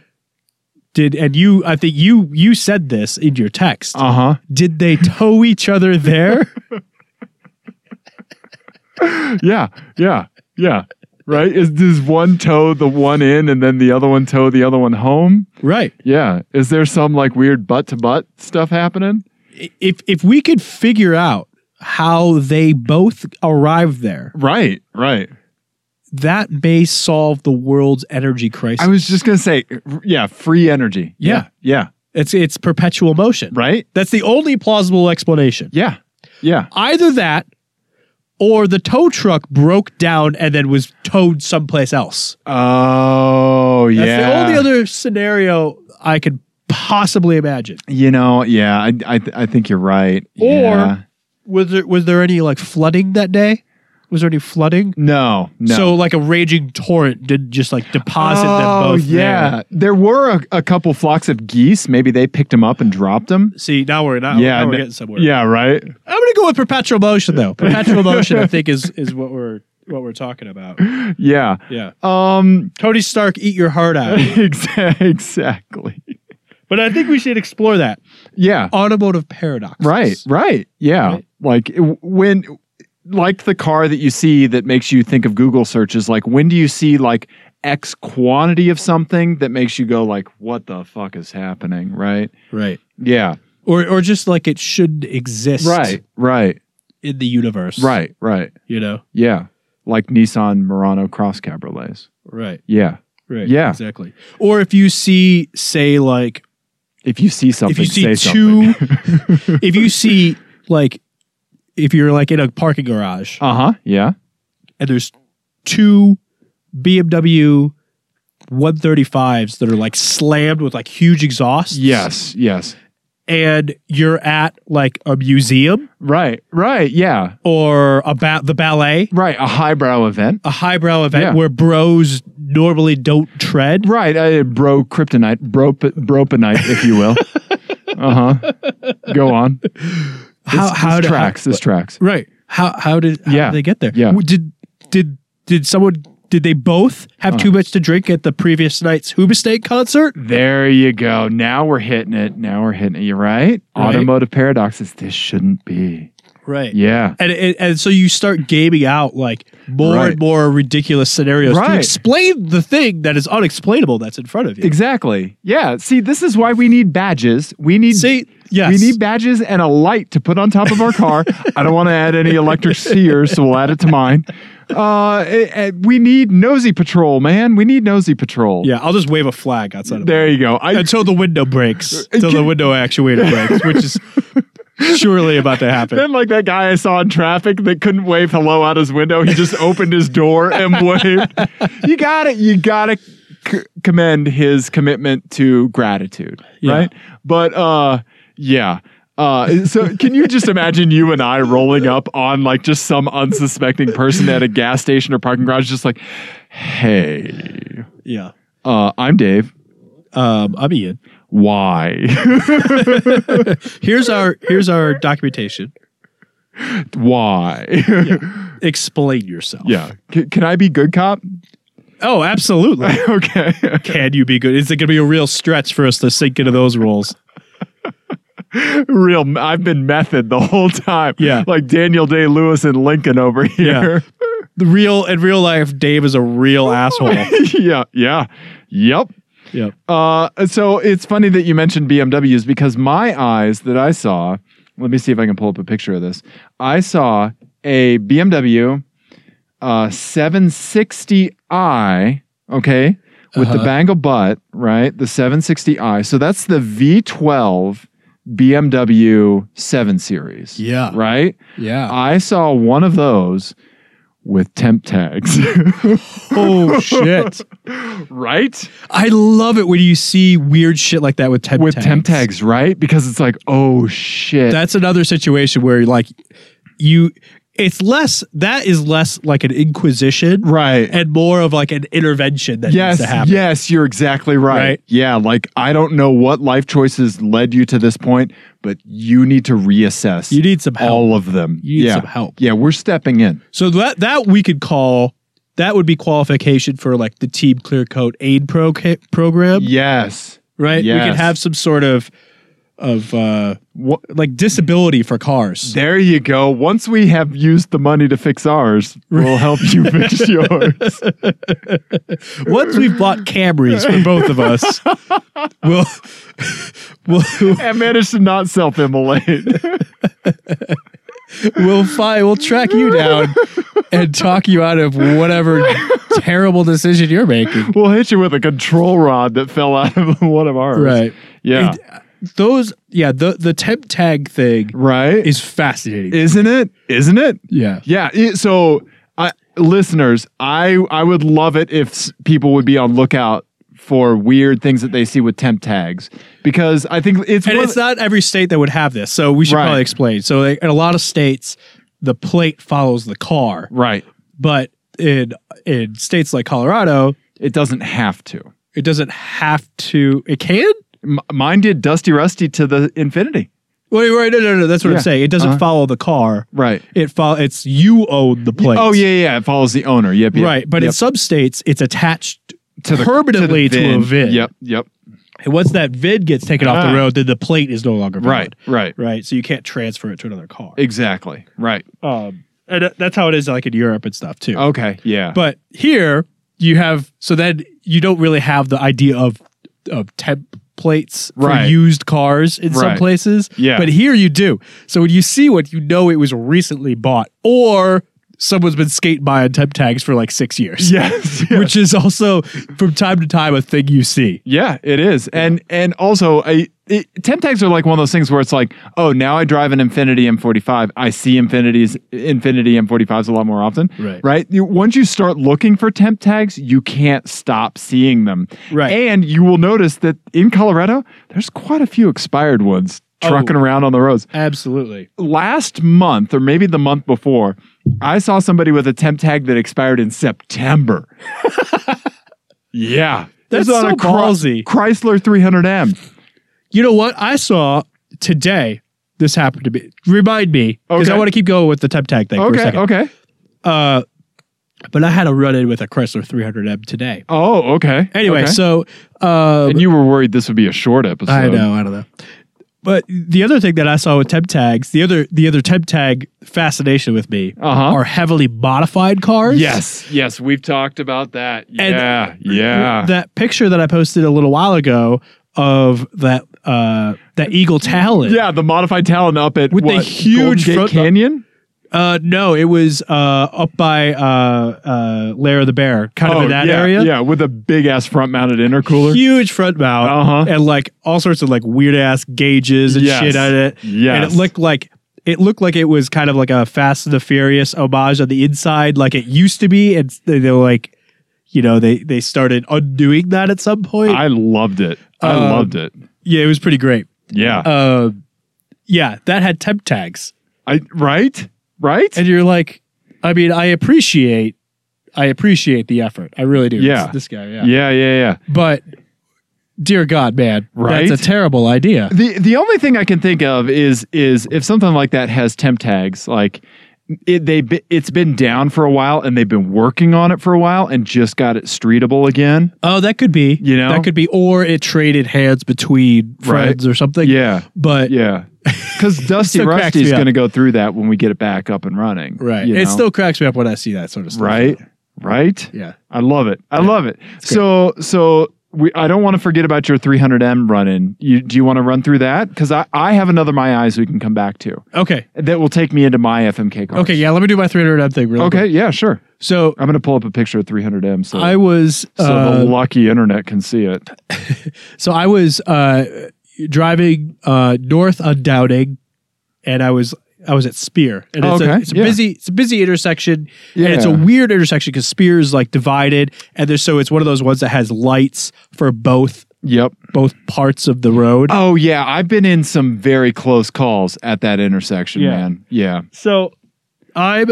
Speaker 3: Did and you? I think you you said this in your text.
Speaker 1: uh huh.
Speaker 3: Did they tow each other there?
Speaker 1: yeah, yeah, yeah. Right? Is does one toe the one in and then the other one toe the other one home?
Speaker 3: right.
Speaker 1: Yeah. Is there some like weird butt to butt stuff happening?
Speaker 3: If if we could figure out how they both arrived there,
Speaker 1: Right, right.
Speaker 3: that may solve the world's energy crisis.
Speaker 1: I was just gonna say, yeah, free energy.
Speaker 3: Yeah.
Speaker 1: yeah,
Speaker 3: it's it's perpetual motion.
Speaker 1: right.
Speaker 3: That's the only plausible explanation.
Speaker 1: Yeah, yeah.
Speaker 3: Either that or the tow truck broke down and then was towed someplace else.
Speaker 1: Oh,
Speaker 3: That's
Speaker 1: yeah.
Speaker 3: the only other scenario I could possibly imagine.
Speaker 1: You know, yeah. I, I, th- I think you're right.
Speaker 3: Or-
Speaker 1: Yeah.
Speaker 3: Was there was there any like flooding that day? Was there any flooding?
Speaker 1: no, no. Oh,
Speaker 3: So like a raging torrent did just like deposit them both.
Speaker 1: yeah.
Speaker 3: there.
Speaker 1: There, were a, a couple flocks of geese. Maybe they picked them up and dropped them.
Speaker 3: See, now we're now,
Speaker 1: Yeah,
Speaker 3: now we're
Speaker 1: no-
Speaker 3: getting somewhere.
Speaker 1: Yeah, right.
Speaker 3: I'm gonna go with perpetual motion though. Perpetual motion, I think, is is what we're what we're talking about.
Speaker 1: Yeah.
Speaker 3: Yeah.
Speaker 1: Um.
Speaker 3: Tony Stark, eat your heart out.
Speaker 1: exa- exactly.
Speaker 3: But I think we should explore that
Speaker 1: Yeah.
Speaker 3: automotive paradox.
Speaker 1: Right. Right. Yeah.
Speaker 3: Right.
Speaker 1: Like w- when, like the car that you see that makes you think of Google searches. Like when do you see like X quantity of something that makes you go like, what the fuck is happening? Right.
Speaker 3: Right.
Speaker 1: Yeah.
Speaker 3: Or or just like it should exist.
Speaker 1: Right. Right.
Speaker 3: In the universe.
Speaker 1: Right. Right.
Speaker 3: You know.
Speaker 1: Yeah. Like Nissan Murano cross cabriolets.
Speaker 3: Right.
Speaker 1: Yeah.
Speaker 3: Right.
Speaker 1: Yeah.
Speaker 3: Exactly. Or if you see, say, like
Speaker 1: If you see something,
Speaker 3: if you see
Speaker 1: say
Speaker 3: two,
Speaker 1: something.
Speaker 3: if you see like if you're like in a parking garage
Speaker 1: uh huh. Yeah.
Speaker 3: and there's two BMW 135s that are like slammed with like huge exhausts.
Speaker 1: Yes. Yes.
Speaker 3: And you're at like a museum
Speaker 1: Right. Right. Yeah.
Speaker 3: or about the ballet,
Speaker 1: Right. A highbrow event.
Speaker 3: a highbrow event
Speaker 1: Yeah.
Speaker 3: where bros normally don't tread.
Speaker 1: Right, uh, bro, kryptonite, bro, bropanite, if you will. uh huh. Go on.
Speaker 3: How
Speaker 1: This-
Speaker 3: how
Speaker 1: this
Speaker 3: do-
Speaker 1: tracks? This tracks.
Speaker 3: how- right? How how did how
Speaker 1: Yeah.
Speaker 3: did they get there?
Speaker 1: Yeah.
Speaker 3: W- Did did did someone did they both have
Speaker 1: Uh-huh.
Speaker 3: too much to drink at the previous night's Hoobastank concert?
Speaker 1: There you go. Now we're hitting it. Now we're hitting it. You right?
Speaker 3: Right.
Speaker 1: Automotive paradoxes. This shouldn't be.
Speaker 3: Right.
Speaker 1: Yeah.
Speaker 3: And, and and so you start gaming out like more
Speaker 1: Right.
Speaker 3: and more ridiculous scenarios to
Speaker 1: Right.
Speaker 3: explain the thing that is unexplainable that's in front of you.
Speaker 1: Exactly. Yeah. See, this is why we need badges. We need.
Speaker 3: See, yes,
Speaker 1: We need badges and a light to put on top of our car. I don't want to add any electric sears, so we'll add it to mine. Uh, eh, eh, we need nosy patrol, man. We need nosy patrol.
Speaker 3: yeah. I'll just wave a flag outside of
Speaker 1: There you go. I,
Speaker 3: until the window breaks, until the window actuator breaks, which is surely about to happen.
Speaker 1: Then, like that guy I saw in traffic that couldn't wave hello out his window, he just opened his door and waved. You got it. You got to c- commend his commitment to gratitude,
Speaker 3: Yeah.
Speaker 1: right? But uh, yeah. Uh, so can you just imagine you and I rolling up on like just some unsuspecting person at a gas station or parking garage, just like, hey,
Speaker 3: Yeah.
Speaker 1: uh, I'm Dave.
Speaker 3: Um, I'm Ian.
Speaker 1: Why?
Speaker 3: Here's our here's our documentation.
Speaker 1: Why?
Speaker 3: Explain yourself.
Speaker 1: yeah. C- can I be good cop?
Speaker 3: Oh, absolutely.
Speaker 1: okay.
Speaker 3: Can you be good? Is it going to be a real stretch for us to sink into those roles?
Speaker 1: Real. I've been method the whole time.
Speaker 3: Yeah.
Speaker 1: Like Daniel Day Lewis and Lincoln over here.
Speaker 3: The real in real life, Dave is a real asshole.
Speaker 1: yeah. Yeah. Yep.
Speaker 3: Yep.
Speaker 1: Uh, so it's funny that you mentioned BMWs because my eyes that I saw, let me see if I can pull up a picture of this. I saw a BMW uh, 760i, okay, with the
Speaker 3: Uh-huh.
Speaker 1: bangle butt, right? The 760i. So that's the V12 BMW 7 Series.
Speaker 3: Yeah.
Speaker 1: Right?
Speaker 3: Yeah.
Speaker 1: I saw one of those with temp tags,
Speaker 3: oh shit.
Speaker 1: right?
Speaker 3: I love it when you see weird shit like that with temp
Speaker 1: with
Speaker 3: tags.
Speaker 1: temp tags, right? Because it's like, oh shit.
Speaker 3: That's another situation where like you it's less that is less like an inquisition
Speaker 1: right.
Speaker 3: and more of like an intervention that
Speaker 1: yes,
Speaker 3: needs to happen.
Speaker 1: yes, you're exactly right.
Speaker 3: Right?
Speaker 1: Yeah, like I don't know what life choices led you to this point, but you need to reassess
Speaker 3: You need some help.
Speaker 1: all of them.
Speaker 3: You need
Speaker 1: yeah.
Speaker 3: some help.
Speaker 1: Yeah, we're stepping in.
Speaker 3: So that that we could call that would be qualification for like the team clear coat aid pro- program,
Speaker 1: Yes.
Speaker 3: right? We
Speaker 1: Yes.
Speaker 3: could have some sort of of uh
Speaker 1: Wha-
Speaker 3: like disability for cars.
Speaker 1: There you go. Once we have used the money to fix ours, we'll help you fix yours.
Speaker 3: Once we've bought Camrys for both of us, we'll we'll
Speaker 1: and managed to not self-immolate.
Speaker 3: we'll find we'll track you down and talk you out of whatever terrible decision you're making.
Speaker 1: we'll hit you with a control rod that fell out of one of ours.
Speaker 3: Right.
Speaker 1: Yeah.
Speaker 3: Those yeah, the the temp tag thing
Speaker 1: right.
Speaker 3: is fascinating.
Speaker 1: Isn't it? Isn't it?
Speaker 3: yeah.
Speaker 1: Yeah. it- so, I, listeners, I I would love it if s- people would be on lookout for weird things that they see with temp tags because I think it's
Speaker 3: And
Speaker 1: one-
Speaker 3: it's not every state that would have this, so we should
Speaker 1: Right.
Speaker 3: probably explain. So, like, in a lot of states, the plate follows the car,
Speaker 1: right.
Speaker 3: but in in states like Colorado,
Speaker 1: It doesn't have to.
Speaker 3: it doesn't have to. It can.
Speaker 1: M- mine did Dusty Rusty to the infinity.
Speaker 3: Wait, wait, no, no, no. That's what
Speaker 1: Yeah.
Speaker 3: I'm saying. It doesn't
Speaker 1: Uh-huh.
Speaker 3: follow the car.
Speaker 1: Right.
Speaker 3: It follow. It's you own the plate.
Speaker 1: Oh yeah, yeah. It follows the owner. Yep. yep.
Speaker 3: right. But in
Speaker 1: Yep.
Speaker 3: some states, it's attached
Speaker 1: To the- to the
Speaker 3: permanently to, a
Speaker 1: VIN.
Speaker 3: VIN.
Speaker 1: Yep. Yep.
Speaker 3: And once that VIN gets taken off
Speaker 1: Ah.
Speaker 3: the road, then the plate is no longer
Speaker 1: Right.
Speaker 3: valid.
Speaker 1: Right.
Speaker 3: Right. So you can't transfer it to another car.
Speaker 1: Exactly. Right.
Speaker 3: um, and that- that's how it is like in Europe and stuff too.
Speaker 1: Okay. Yeah.
Speaker 3: But here you have so then you don't really have the idea of of templates
Speaker 1: Right.
Speaker 3: for used cars in some
Speaker 1: Right.
Speaker 3: places.
Speaker 1: Yeah.
Speaker 3: But here you do. So when you see one, you know it was recently bought or someone's been skate by on temp tags for like six years.
Speaker 1: yes. yes.
Speaker 3: Which is also from time to time a thing you see.
Speaker 1: Yeah, it is, and and also I. It, temp tags are like one of those things where it's like, oh, now I drive an Infinity M45. I see Infinities, Infinity M45s a lot more often.
Speaker 3: Right.
Speaker 1: Right. You, once you start looking for temp tags, you can't stop seeing them.
Speaker 3: Right.
Speaker 1: And you will notice that in Colorado, there's quite a few expired ones
Speaker 3: Oh.
Speaker 1: trucking around on the roads
Speaker 3: Absolutely.
Speaker 1: last month or maybe the month before, I saw somebody with a temp tag that expired in September. yeah.
Speaker 3: That's
Speaker 1: It was
Speaker 3: so ballsy.
Speaker 1: Chrysler 300M.
Speaker 3: You know what? I saw today this happened to be remind me because
Speaker 1: Okay.
Speaker 3: I want to keep going with the temp tag thing for a
Speaker 1: Okay,
Speaker 3: second.
Speaker 1: okay.
Speaker 3: Uh, but I had a run in with a Chrysler 300M today.
Speaker 1: Oh, okay.
Speaker 3: Anyway,
Speaker 1: okay.
Speaker 3: so um,
Speaker 1: and you were worried this would be a short episode.
Speaker 3: I know, I don't know. But the other thing that I saw with temp tags, the other the other temp tag fascination with me
Speaker 1: Uh-huh.
Speaker 3: are heavily modified cars.
Speaker 1: Yes, yes, we've talked about that.
Speaker 3: And-
Speaker 1: Yeah, yeah.
Speaker 3: That picture that I posted a little while ago of that uh, that Eagle Talon.
Speaker 1: yeah, the modified Talon up at
Speaker 3: With the
Speaker 1: what,
Speaker 3: huge
Speaker 1: Golden Gate
Speaker 3: front-
Speaker 1: Canyon.
Speaker 3: Uh, no, it was uh, up by uh, uh, Lair of the Bear, kind of in that
Speaker 1: Oh, yeah,
Speaker 3: area.
Speaker 1: Yeah, with a big ass front mounted intercooler.
Speaker 3: Huge front mount
Speaker 1: Uh-huh.
Speaker 3: and like all sorts of like weird ass gauges and
Speaker 1: Yes.
Speaker 3: shit on it.
Speaker 1: Yes.
Speaker 3: And it looked like it looked like it was kind of like a Fast and the Furious homage on the inside, like it used to be. And they, they were like, you know, they they started undoing that at some point.
Speaker 1: I loved it. I
Speaker 3: Um,
Speaker 1: loved it.
Speaker 3: yeah, it was pretty great.
Speaker 1: Yeah.
Speaker 3: Uh, yeah, that had temp tags,
Speaker 1: I right? Right?
Speaker 3: and you're like, I mean, I appreciate, I appreciate the effort. I really do.
Speaker 1: Yeah.
Speaker 3: this, this guy. Yeah.
Speaker 1: yeah, yeah, yeah.
Speaker 3: but dear God, man,
Speaker 1: Right?
Speaker 3: that's a terrible idea.
Speaker 1: The the only thing I can think of is is if something like that has temp tags, like it, they be- it's been down for a while and they've been working on it for a while and just got it streetable again.
Speaker 3: Oh, that could be.
Speaker 1: You know?
Speaker 3: that could be, or it traded hands between friends or something.
Speaker 1: Yeah.
Speaker 3: but
Speaker 1: Yeah. Because Dusty
Speaker 3: Still cracks
Speaker 1: Rusty's
Speaker 3: me up.
Speaker 1: going to go through that when we get it back up and running.
Speaker 3: right,
Speaker 1: you
Speaker 3: it
Speaker 1: know?
Speaker 3: still cracks me up when I see that sort of stuff.
Speaker 1: right. Right.
Speaker 3: Yeah.
Speaker 1: I love it. I love it. So so we I don't want to forget about your 300M run in. You do you want to run through that? Because I, I have another my eyes we can come back to
Speaker 3: Okay.
Speaker 1: that will take me into my FMK cars.
Speaker 3: Okay. Yeah. Let me do my 300 M thing. Really
Speaker 1: Okay.
Speaker 3: quick.
Speaker 1: Yeah. Sure.
Speaker 3: So
Speaker 1: I'm gonna pull up a picture of 300M so
Speaker 3: I was
Speaker 1: so the
Speaker 3: uh,
Speaker 1: lucky internet can see it.
Speaker 3: so I was uh, driving uh, north on Downing, and I was I was at Spear, and it's, a,
Speaker 1: Okay,
Speaker 3: it's a
Speaker 1: yeah.
Speaker 3: busy it's a busy intersection, and it's a
Speaker 1: Yeah.
Speaker 3: weird intersection because Spear is like divided, and there's so it's one of those ones that has lights for both
Speaker 1: Yep.
Speaker 3: both parts of the road.
Speaker 1: Oh yeah, I've been in some very close calls at that intersection,
Speaker 3: Yeah.
Speaker 1: man. Yeah.
Speaker 3: So I'm.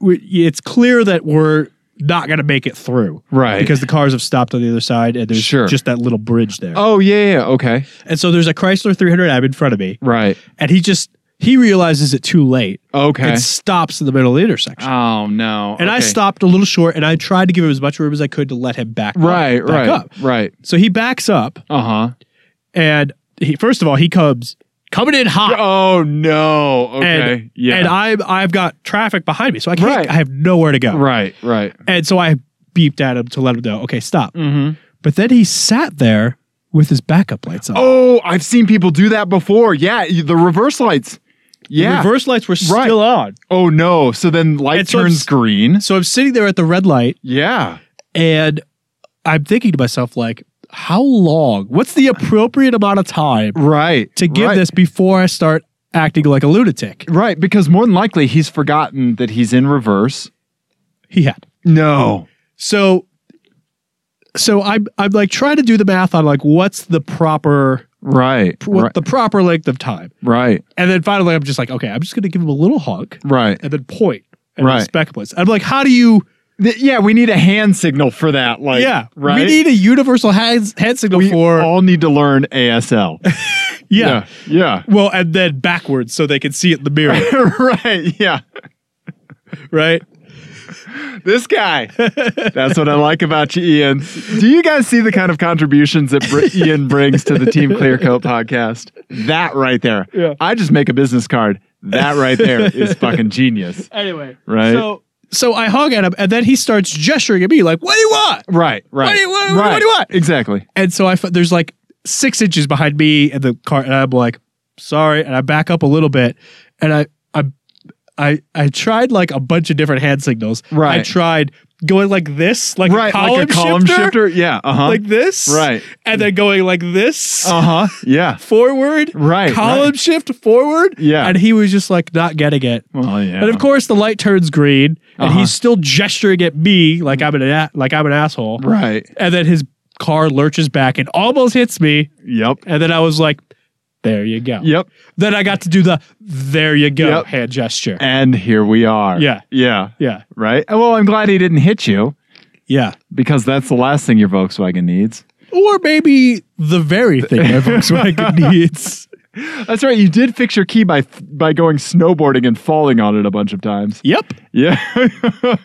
Speaker 3: we- It's clear that we're not going to make it through,
Speaker 1: Right.
Speaker 3: Because the cars have stopped on the other side, and there's
Speaker 1: Sure.
Speaker 3: just that little bridge there.
Speaker 1: Oh yeah, yeah. Okay.
Speaker 3: And so there's a Chrysler 300M in front of me,
Speaker 1: Right.
Speaker 3: and he just he realizes it too late
Speaker 1: Okay.
Speaker 3: and stops in the middle of the intersection.
Speaker 1: oh no.
Speaker 3: and I
Speaker 1: Okay.
Speaker 3: stopped a little short, and I tried to give him as much room as I could to let him back up-
Speaker 1: Right.
Speaker 3: back
Speaker 1: Right.
Speaker 3: up.
Speaker 1: Right.
Speaker 3: So he backs up,
Speaker 1: Uh huh.
Speaker 3: and he first of all he comes coming in hot.
Speaker 1: Oh no.
Speaker 3: And,
Speaker 1: Okay. yeah.
Speaker 3: and I'm I've got traffic behind me, so I can't.
Speaker 1: Right.
Speaker 3: I have nowhere to go.
Speaker 1: right. Right.
Speaker 3: And so I beeped at him to let him know, okay, stop.
Speaker 1: Mm-hmm.
Speaker 3: But then he sat there with his backup lights on.
Speaker 1: Oh, I've seen people do that before. Yeah, you- the reverse lights.
Speaker 3: The
Speaker 1: Yeah.
Speaker 3: reverse lights were
Speaker 1: Right.
Speaker 3: still on.
Speaker 1: oh no. So then light
Speaker 3: And so
Speaker 1: turns
Speaker 3: it's-
Speaker 1: green.
Speaker 3: So I'm sitting there at the red light
Speaker 1: Yeah.
Speaker 3: and I'm thinking to myself, like, how long? What's the appropriate amount of time
Speaker 1: Right.
Speaker 3: to give
Speaker 1: right.
Speaker 3: this before I start acting like a lunatic?
Speaker 1: Right, because more than likely he's forgotten that he's in reverse.
Speaker 3: He had.
Speaker 1: No.
Speaker 3: So so I'm I'm like trying to do the math on like what's the proper
Speaker 1: Right.
Speaker 3: what
Speaker 1: Right.
Speaker 3: the proper length of time.
Speaker 1: right.
Speaker 3: And then finally I'm just like, okay, I'm just gonna give him a little hug.
Speaker 1: Right.
Speaker 3: and then point and
Speaker 1: Right.
Speaker 3: right. spec place. I'm like, how do you?
Speaker 1: Th- yeah, we need a hand signal for that. Like,
Speaker 3: yeah,
Speaker 1: right.
Speaker 3: We need a universal hand, hand signal
Speaker 1: We
Speaker 3: for
Speaker 1: all need to learn ASL.
Speaker 3: yeah.
Speaker 1: Yeah.
Speaker 3: Well, and then backwards so they can see it in the mirror,
Speaker 1: yeah. right. Yeah.
Speaker 3: right?
Speaker 1: This guy. That's what I like about you, Ian. Do you guys see the kind of contributions that Br- Ian brings to the Team Clearcoat podcast? That right there.
Speaker 3: Yeah.
Speaker 1: I just make a business card. That right there is fucking genius.
Speaker 3: Anyway,
Speaker 1: Right.
Speaker 3: So so I hug at him, and then he starts gesturing at me like, "What do you want?"
Speaker 1: right. Right.
Speaker 3: do you- what- what
Speaker 1: right.
Speaker 3: do you want?
Speaker 1: Exactly.
Speaker 3: And so I f- there's like six inches behind me and the car, and I'm like, "Sorry," and I back up a little bit, and I I I I tried like a bunch of different hand signals. I
Speaker 1: Right.
Speaker 3: tried going like this, like
Speaker 1: right.
Speaker 3: a column,
Speaker 1: like a column shifter. Yeah. Uh huh.
Speaker 3: like this,
Speaker 1: Right.
Speaker 3: And then going like this
Speaker 1: uh huh. Yeah.
Speaker 3: forward,
Speaker 1: Right.
Speaker 3: column
Speaker 1: right.
Speaker 3: shift forward,
Speaker 1: Yeah.
Speaker 3: And he was just like not getting it.
Speaker 1: Well, Oh, yeah.
Speaker 3: And of course, the light turns green, and
Speaker 1: Uh-huh.
Speaker 3: he's still gesturing at me like I'm an a- like I'm an asshole.
Speaker 1: Right.
Speaker 3: And then his car lurches back and almost hits me,
Speaker 1: Yep.
Speaker 3: and then I was like, "There you go."
Speaker 1: Yep.
Speaker 3: Then I got to do the "There you go"
Speaker 1: Yep.
Speaker 3: hand gesture.
Speaker 1: And here we are.
Speaker 3: Yeah.
Speaker 1: Yeah.
Speaker 3: Yeah,
Speaker 1: Right. Well, I'm glad he didn't hit you
Speaker 3: yeah.
Speaker 1: because that's the last thing your Volkswagen needs.
Speaker 3: Or maybe the very thing my Volkswagen needs.
Speaker 1: That's right. You did fix your key by by going snowboarding and falling on it a bunch of times.
Speaker 3: Yep.
Speaker 1: Yeah.
Speaker 3: I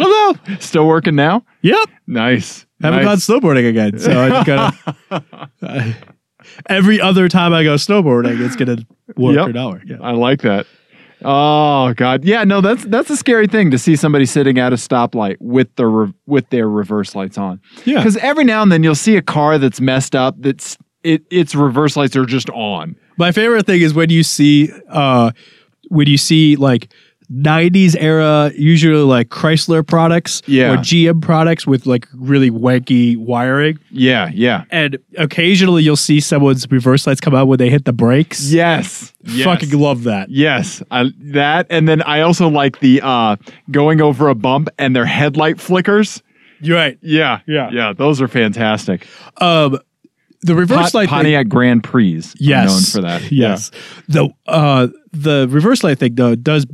Speaker 3: don't know.
Speaker 1: Still working now?
Speaker 3: Yep.
Speaker 1: Nice.
Speaker 3: haven't
Speaker 1: nice.
Speaker 3: gone snowboarding again. So I just gotta. I- every other time I go snowboarding, it's gonna work
Speaker 1: Yep.
Speaker 3: an hour. Yeah.
Speaker 1: I like that. Oh God. Yeah. No. That's that's a scary thing to see somebody sitting at a stoplight with their re- with their reverse lights on.
Speaker 3: Yeah.
Speaker 1: Because every now and then you'll see a car that's messed up. That's it. Its reverse lights are just on.
Speaker 3: My favorite thing is when you see, uh, when you see like. 90s era, usually like Chrysler products
Speaker 1: Yeah.
Speaker 3: or GM products with like really wanky wiring.
Speaker 1: Yeah. Yeah.
Speaker 3: And occasionally you'll see someone's reverse lights come out when they hit the brakes.
Speaker 1: Yes. yes.
Speaker 3: Fucking love that.
Speaker 1: Yes, I, that and then I also like the uh, going over a bump and their headlight flickers.
Speaker 3: You're right.
Speaker 1: Yeah,
Speaker 3: Yeah.
Speaker 1: yeah. Those are fantastic.
Speaker 3: Um, the reverse
Speaker 1: Pot,
Speaker 3: light thing-
Speaker 1: Pontiac Grand Prix. are
Speaker 3: Yes.
Speaker 1: known for that.
Speaker 3: Yes. The uh the reverse light thing though does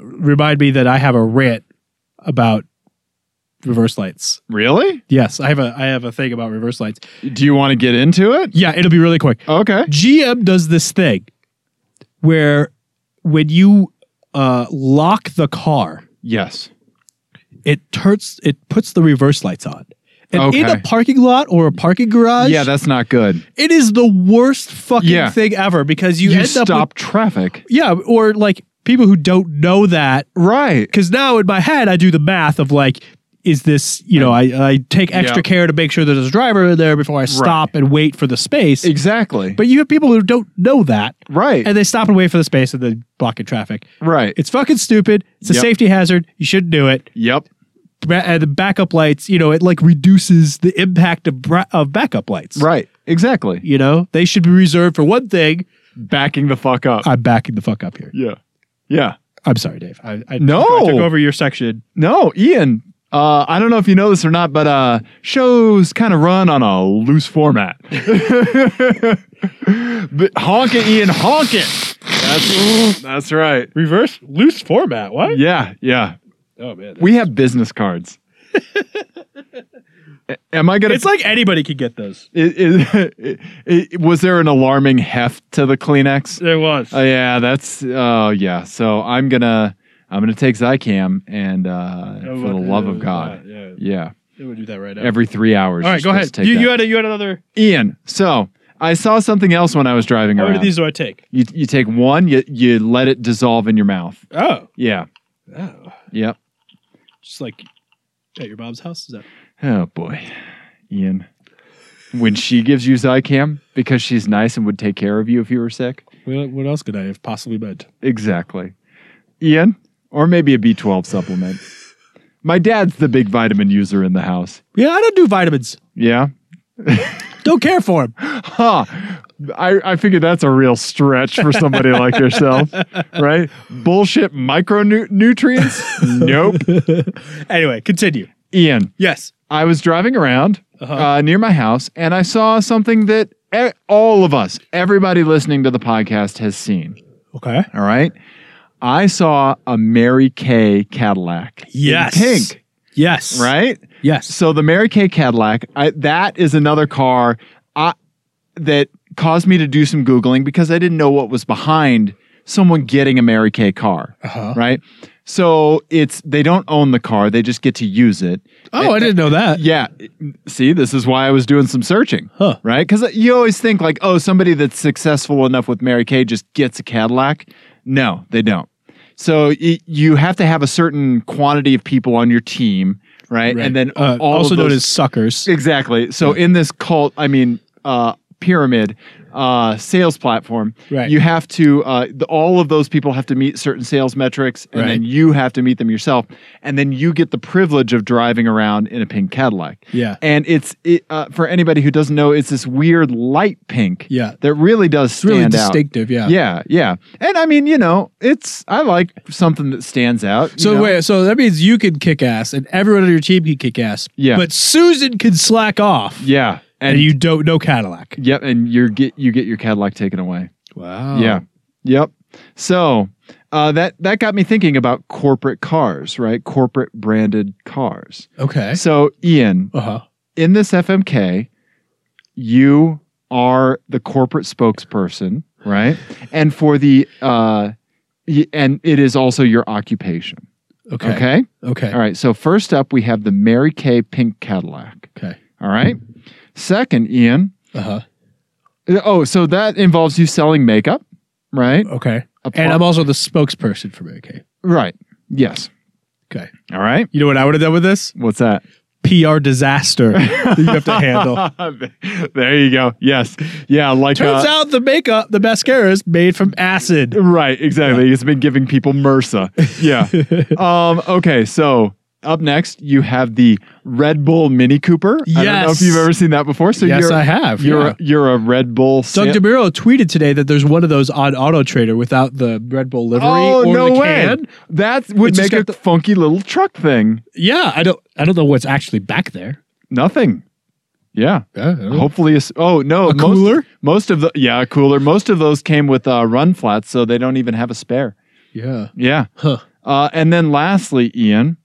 Speaker 3: remind me that I have a rant about reverse lights.
Speaker 1: Yeah. Really?
Speaker 3: Yes, I have a I have a thing about reverse lights.
Speaker 1: Do you want to get into it?
Speaker 3: Yeah, it'll be really quick.
Speaker 1: Okay.
Speaker 3: GM does this thing where when you uh, lock the car,
Speaker 1: Yes.
Speaker 3: it turns it puts the reverse lights on. And in
Speaker 1: Okay.
Speaker 3: a parking lot or a parking garage,
Speaker 1: Yeah, that's not good.
Speaker 3: it is the worst fucking
Speaker 1: Yeah.
Speaker 3: thing ever because you,
Speaker 1: You,
Speaker 3: end
Speaker 1: stop
Speaker 3: up
Speaker 1: traffic.
Speaker 3: with, yeah, or like people who don't know that
Speaker 1: Right.
Speaker 3: because now in my head I do the math of like, is this you know I, I take extra
Speaker 1: Yeah.
Speaker 3: care to make sure there's a driver there before I stop and wait for the space.
Speaker 1: Exactly.
Speaker 3: But you have people who don't know that
Speaker 1: right.
Speaker 3: and they stop and wait for the space and they blocking traffic.
Speaker 1: right.
Speaker 3: It's fucking stupid. It's a
Speaker 1: Yep.
Speaker 3: safety hazard. You shouldn't do it.
Speaker 1: yep.
Speaker 3: Ba- uh, the backup lights, you know, it like reduces the impact of bra- of backup lights.
Speaker 1: Right. Exactly.
Speaker 3: You know, they should be reserved for one thing.
Speaker 1: Backing the fuck up.
Speaker 3: I'm backing the fuck up here.
Speaker 1: yeah. Yeah.
Speaker 3: I'm sorry, Dave. I, I
Speaker 1: No.
Speaker 3: I took over your section.
Speaker 1: No, Ian. Uh, I don't know if you know this or not, but uh, shows kind of run on a loose format. but honk it, Ian, honk it. That's that's right.
Speaker 3: Reverse loose format. What?
Speaker 1: Yeah, yeah.
Speaker 3: Oh man.
Speaker 1: We have business cards. A- Am I gonna?
Speaker 3: It's like anybody could get those.
Speaker 1: i- i- i- i- was there an alarming heft to the Kleenex?
Speaker 3: There was.
Speaker 1: Oh yeah, that's oh yeah. So I'm gonna I'm gonna take Zycam and uh, for the love of God,
Speaker 3: Yeah.
Speaker 1: yeah.
Speaker 3: It would do that right now.
Speaker 1: Every three hours.
Speaker 3: All right,
Speaker 1: you're
Speaker 3: go
Speaker 1: supposed
Speaker 3: ahead.
Speaker 1: to take
Speaker 3: You,
Speaker 1: that.
Speaker 3: you had a, you had another.
Speaker 1: Ian. So I saw something else when I was driving
Speaker 3: How many
Speaker 1: around.
Speaker 3: of these do I take?
Speaker 1: you you take one, you you let it dissolve in your mouth.
Speaker 3: Oh.
Speaker 1: Yeah.
Speaker 3: Oh.
Speaker 1: Yep.
Speaker 3: Just like at your mom's house. Is that?
Speaker 1: Oh boy, Ian. When she gives you Zycam because she's nice and would take care of you if you were sick.
Speaker 3: What, what else could I have possibly meant?
Speaker 1: Exactly. Ian, or maybe a B12 supplement. My dad's the big vitamin user in the house.
Speaker 3: Yeah, I don't do vitamins.
Speaker 1: Yeah.
Speaker 3: Don't care for them.
Speaker 1: Huh. I, I figure that's a real stretch for somebody like yourself, right? Bullshit micronutrients? nope.
Speaker 3: anyway, continue.
Speaker 1: Ian,
Speaker 3: Yes.
Speaker 1: I was driving around
Speaker 3: Uh-huh.
Speaker 1: uh, near my house and I saw something that e- all of us, everybody listening to the podcast, has seen.
Speaker 3: Okay.
Speaker 1: All right. I saw a Mary Kay Cadillac. in
Speaker 3: Yes.
Speaker 1: Pink,
Speaker 3: Yes.
Speaker 1: right?
Speaker 3: Yes.
Speaker 1: So the Mary Kay Cadillac, I, that is another car I, that caused me to do some Googling because I didn't know what was behind someone getting a Mary Kay car,
Speaker 3: Uh-huh.
Speaker 1: right? So it's they don't own the car, they just get to use it.
Speaker 3: Oh, I didn't know that.
Speaker 1: Yeah. See, this is why I was doing some searching,
Speaker 3: Huh.
Speaker 1: right? Because you always think like, oh, somebody that's successful enough with Mary Kay just gets a Cadillac. No, they don't. So y- you have to have a certain quantity of people on your team, right?
Speaker 3: Right.
Speaker 1: And then
Speaker 3: Uh,
Speaker 1: all
Speaker 3: also
Speaker 1: of
Speaker 3: known
Speaker 1: those-
Speaker 3: as suckers.
Speaker 1: exactly. So in this cult, I mean, uh, pyramid uh, sales platform,
Speaker 3: Right.
Speaker 1: you have to uh, the, all of those people have to meet certain sales metrics, and
Speaker 3: Right.
Speaker 1: then you have to meet them yourself, and then you get the privilege of driving around in a pink Cadillac.
Speaker 3: Yeah.
Speaker 1: And it's it, uh, for anybody who doesn't know, it's this weird light pink.
Speaker 3: Yeah.
Speaker 1: that really does
Speaker 3: It's really
Speaker 1: stand out.
Speaker 3: distinctive. Yeah.
Speaker 1: Yeah, yeah, and I mean, you know, it's I like something that stands out. you
Speaker 3: So
Speaker 1: know?
Speaker 3: wait, so that means you can kick ass, and everyone on your team can kick ass.
Speaker 1: Yeah.
Speaker 3: But Susan can slack off,
Speaker 1: yeah,
Speaker 3: and, you don't know Cadillac.
Speaker 1: yep, and you get you get your Cadillac taken away.
Speaker 3: Wow.
Speaker 1: Yeah. Yep. So uh, that that got me thinking about corporate cars, right? Corporate branded cars.
Speaker 3: Okay.
Speaker 1: So Ian,
Speaker 3: Uh huh.
Speaker 1: in this FMK, you are the corporate spokesperson, right? And for the uh, y- and it is also your occupation.
Speaker 3: Okay.
Speaker 1: Okay.
Speaker 3: Okay. Okay.
Speaker 1: All right. So first up, we have the Mary Kay pink Cadillac. All right. Second, Ian.
Speaker 3: Uh huh.
Speaker 1: Oh, so that involves you selling makeup, right?
Speaker 3: Okay.
Speaker 1: A
Speaker 3: And
Speaker 1: pro-
Speaker 3: I'm also the spokesperson for Mary Kay.
Speaker 1: Right. Yes.
Speaker 3: Okay.
Speaker 1: All right.
Speaker 3: You know what I would have done with this?
Speaker 1: What's that?
Speaker 3: PR disaster that you have to handle.
Speaker 1: there you go. Yes. Yeah. Like
Speaker 3: Oh. Turns
Speaker 1: uh,
Speaker 3: out the makeup, the mascara is made from acid.
Speaker 1: Right. Exactly. It's been giving people MRSA. Yeah. um. Okay. So up next, you have the Red Bull Mini Cooper. I don't know if
Speaker 3: Yes.
Speaker 1: you've ever seen that before. So
Speaker 3: yes,
Speaker 1: you're
Speaker 3: I have.
Speaker 1: you're
Speaker 3: yeah.
Speaker 1: a, you're a Red Bull.
Speaker 3: Doug
Speaker 1: sa-
Speaker 3: DeMuro tweeted today that there's one of those on Auto Trader without the Red Bull livery
Speaker 1: Oh
Speaker 3: or
Speaker 1: no
Speaker 3: the
Speaker 1: way!
Speaker 3: can.
Speaker 1: That would
Speaker 3: It's just
Speaker 1: make a
Speaker 3: got the-
Speaker 1: funky little truck thing.
Speaker 3: Yeah, I don't I don't know what's actually back there.
Speaker 1: Nothing. Yeah.
Speaker 3: Oh,
Speaker 1: Hopefully, a, s- oh no,
Speaker 3: A
Speaker 1: most,
Speaker 3: cooler?
Speaker 1: Most of the yeah, a cooler. Most of those came with uh, run flats, so they don't even have a spare.
Speaker 3: yeah.
Speaker 1: Yeah,
Speaker 3: Huh.
Speaker 1: uh, and then lastly, Ian,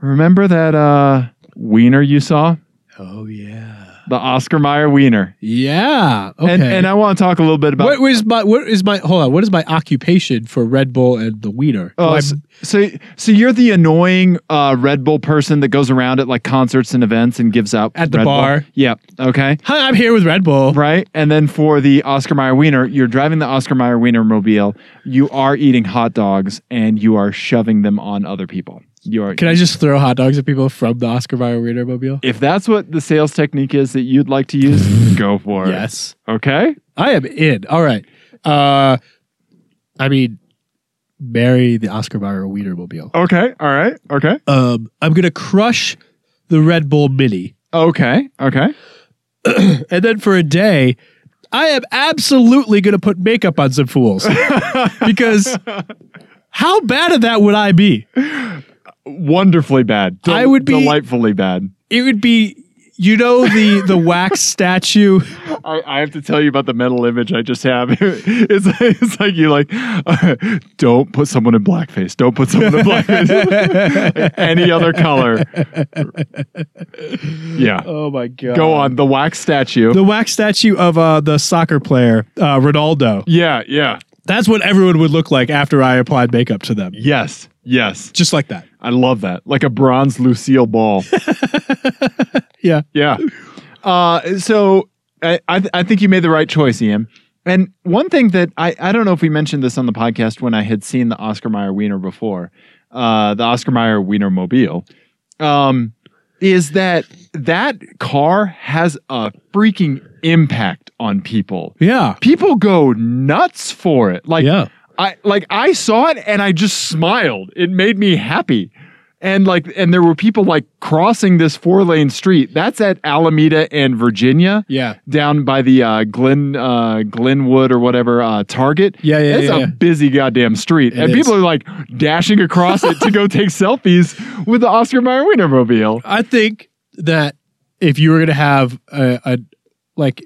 Speaker 1: remember that uh, wiener you saw?
Speaker 3: Oh yeah.
Speaker 1: the Oscar Mayer wiener.
Speaker 3: Yeah. Okay.
Speaker 1: And and I want to talk a little bit about.
Speaker 3: what is my what is my hold on? What is my occupation for Red Bull and the Wiener?
Speaker 1: Oh,
Speaker 3: My-
Speaker 1: s- so so you're the annoying uh, Red Bull person that goes around at like concerts and events and gives out
Speaker 3: At the
Speaker 1: Red Bull.
Speaker 3: bar.
Speaker 1: Yeah. Okay.
Speaker 3: hi, I'm here with Red Bull.
Speaker 1: Right. And then for the Oscar Mayer Wiener, you're driving the Oscar Mayer Wiener mobile. You are eating hot dogs and you are shoving them on other people. You are.
Speaker 3: Can I just throw hot dogs at people from the Oscar Mayer Wiener mobile?
Speaker 1: if that's what the sales technique is that you'd like to use, go for it.
Speaker 3: Yes,
Speaker 1: Okay.
Speaker 3: I am in. All right. Uh, I mean, marry the Oscar Mayer Wiener mobile.
Speaker 1: Okay. All right. Okay.
Speaker 3: Um, I'm gonna crush the Red Bull Mini,
Speaker 1: Okay. Okay.
Speaker 3: and then for a day. I am absolutely going to put makeup on some fools because how bad at that would I be?
Speaker 1: Wonderfully bad.
Speaker 3: I would be-
Speaker 1: delightfully bad.
Speaker 3: It would be, you know, the the wax statue.
Speaker 1: I, I have to tell you about the mental image I just have. It's it's like you like uh, don't put someone in blackface. Don't put someone in blackface. Any other color. Yeah.
Speaker 3: Oh my god!
Speaker 1: Go on the wax statue.
Speaker 3: The wax statue of uh, the soccer player uh, Ronaldo.
Speaker 1: yeah. Yeah.
Speaker 3: That's what everyone would look like after I applied makeup to them,
Speaker 1: Yes. Yes.
Speaker 3: just like that.
Speaker 1: I love that. Like a bronze Lucille Ball.
Speaker 3: Yeah.
Speaker 1: Yeah. Uh, so I, I, th- I think you made the right choice, Ian. And one thing that I, I don't know if we mentioned this on the podcast when I had seen the Oscar Mayer Wiener before, uh, the Oscar Mayer Wiener Mobile, um, is that that car has a freaking impact on people.
Speaker 3: Yeah.
Speaker 1: People go nuts for it. Like,
Speaker 3: Yeah.
Speaker 1: I like I saw it and I just smiled. It made me happy. And like and there were people like crossing this four lane street. That's at Alameda and Virginia.
Speaker 3: Yeah.
Speaker 1: Down by the uh, Glen uh, Glenwood or whatever uh, Target.
Speaker 3: Yeah, yeah,
Speaker 1: It's
Speaker 3: yeah,
Speaker 1: a
Speaker 3: yeah.
Speaker 1: busy goddamn street, and
Speaker 3: is.
Speaker 1: people are like dashing across it to go take selfies with the Oscar Mayer Wienermobile.
Speaker 3: I think that if you were going to have a, a like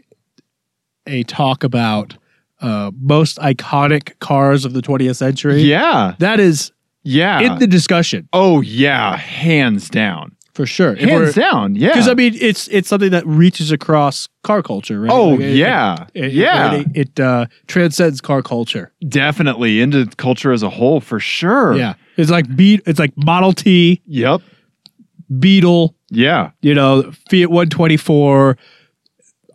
Speaker 3: a talk about uh, most iconic cars of the 20th century,
Speaker 1: Yeah, Ah.
Speaker 3: that is
Speaker 1: yeah.
Speaker 3: in the discussion
Speaker 1: oh yeah, hands down,
Speaker 3: for sure.
Speaker 1: hands down. Yeah.
Speaker 3: Because I mean, it's it's something that reaches across car culture, right?
Speaker 1: oh
Speaker 3: Like, it-
Speaker 1: yeah,
Speaker 3: it- it-
Speaker 1: yeah.
Speaker 3: right? It, it, uh, transcends car culture.
Speaker 1: definitely into culture as a whole for sure.
Speaker 3: Yeah, it's like beat. It's like Model T,
Speaker 1: Yep.
Speaker 3: Beetle,
Speaker 1: Yeah.
Speaker 3: you know, Fiat 124,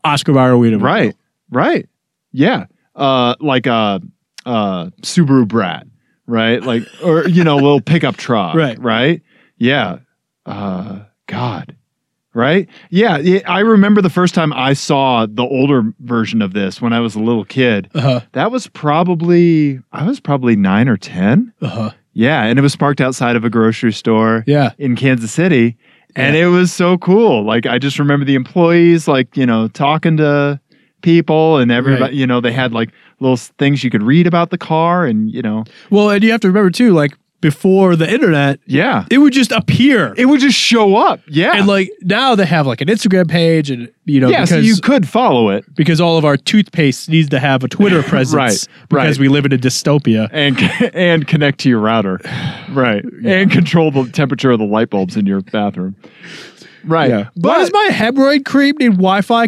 Speaker 3: Oscar Mayer Wiener.
Speaker 1: Right. Right. Yeah. Uh, like a uh, Subaru Brat, right? Like, or you know, a little pickup truck,
Speaker 3: Right.
Speaker 1: Right. Yeah. Uh, God. Right. Yeah. yeah. I remember the first time I saw the older version of this when I was a little kid.
Speaker 3: Uh huh.
Speaker 1: That was probably I was probably nine or ten.
Speaker 3: Uh huh.
Speaker 1: Yeah, and it was parked outside of a grocery store.
Speaker 3: Yeah.
Speaker 1: in Kansas City. And it was so cool. Like I just remember the employees, like you know, talking to people and everybody.
Speaker 3: Right.
Speaker 1: You know, they had like little s- things you could read about the car, and you know,
Speaker 3: Well, and you have to remember too, like before the internet,
Speaker 1: yeah,
Speaker 3: it would just appear,
Speaker 1: it would just show up. Yeah,
Speaker 3: and like now they have like an Instagram page, and you know,
Speaker 1: yeah.
Speaker 3: because
Speaker 1: so you could follow it
Speaker 3: because all of our toothpaste needs to have a Twitter presence,
Speaker 1: Right, right.
Speaker 3: Because we live in a dystopia.
Speaker 1: and and connect to your router, right? And control the temperature of the light bulbs in your bathroom, right?
Speaker 3: Why does my hemorrhoid cream need Wi-Fi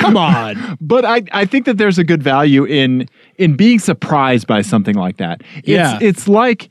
Speaker 3: Come on.
Speaker 1: but I, I think that there's a good value in in being surprised by something like that. It's,
Speaker 3: Yeah.
Speaker 1: it's like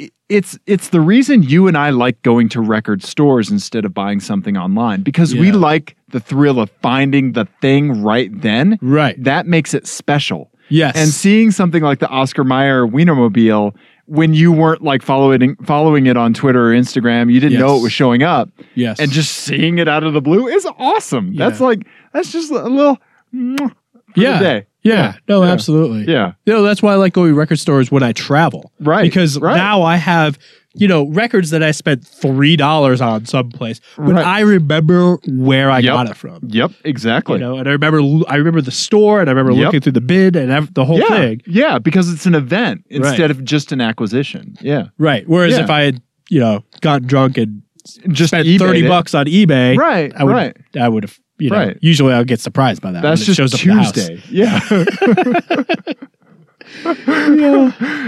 Speaker 1: i- it's it's the reason you and I like going to record stores instead of buying something online because we
Speaker 3: Yeah.
Speaker 1: like the thrill of finding the thing right then.
Speaker 3: Right.
Speaker 1: That makes it special.
Speaker 3: Yes.
Speaker 1: And seeing something like the Oscar Mayer Wienermobile when you weren't like following following it on Twitter or Instagram, you didn't know
Speaker 3: Yes.
Speaker 1: it was showing up
Speaker 3: yes.
Speaker 1: and just seeing it out of the blue is awesome. That's
Speaker 3: Yeah.
Speaker 1: like that's just a little mwah, for
Speaker 3: Yeah.
Speaker 1: the day.
Speaker 3: yeah.
Speaker 1: yeah,
Speaker 3: No,
Speaker 1: yeah.
Speaker 3: absolutely.
Speaker 1: Yeah.
Speaker 3: No, that's why I like going to record stores when I travel.
Speaker 1: Right,
Speaker 3: Because
Speaker 1: right.
Speaker 3: now I have, you know, records that I spent $3 on someplace, but
Speaker 1: Right.
Speaker 3: I remember where I
Speaker 1: Yep.
Speaker 3: got it from.
Speaker 1: Yep, exactly.
Speaker 3: You know, and I remember I remember the store and I remember
Speaker 1: Yep.
Speaker 3: looking through the bid and ev- the whole
Speaker 1: yeah.
Speaker 3: thing.
Speaker 1: Yeah, because it's an event
Speaker 3: Right.
Speaker 1: instead of just an acquisition. Yeah.
Speaker 3: Right. Whereas
Speaker 1: Yeah.
Speaker 3: if I had, you know, gotten drunk and
Speaker 1: Just
Speaker 3: spent
Speaker 1: eBayed
Speaker 3: 30
Speaker 1: it.
Speaker 3: bucks on eBay,
Speaker 1: Right,
Speaker 3: I would
Speaker 1: right.
Speaker 3: I would have, you know,
Speaker 1: Right.
Speaker 3: usually I would get surprised by that.
Speaker 1: That's
Speaker 3: when it
Speaker 1: just
Speaker 3: shows up at the house.
Speaker 1: Tuesday. Yeah.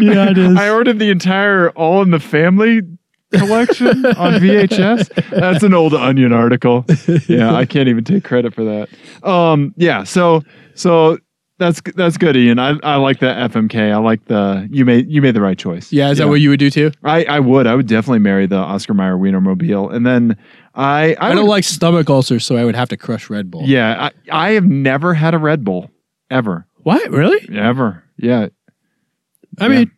Speaker 3: yeah, it is.
Speaker 1: I ordered the entire All in the Family collection on VHS. That's an old Onion article. Yeah, I can't even take credit for that. Um, yeah, so so that's that's good, Ian. I, I like that FMK. I like the you made you made the right choice.
Speaker 3: Yeah, is that what you would do too?
Speaker 1: I, I would. I would definitely marry the Oscar Mayer Wienermobile, and then I I,
Speaker 3: I don't
Speaker 1: would-
Speaker 3: like stomach ulcers, so I would have to crush Red Bull.
Speaker 1: Yeah, I, I have never had a Red Bull ever,
Speaker 3: What? Really?
Speaker 1: ever. Yeah,
Speaker 3: I mean,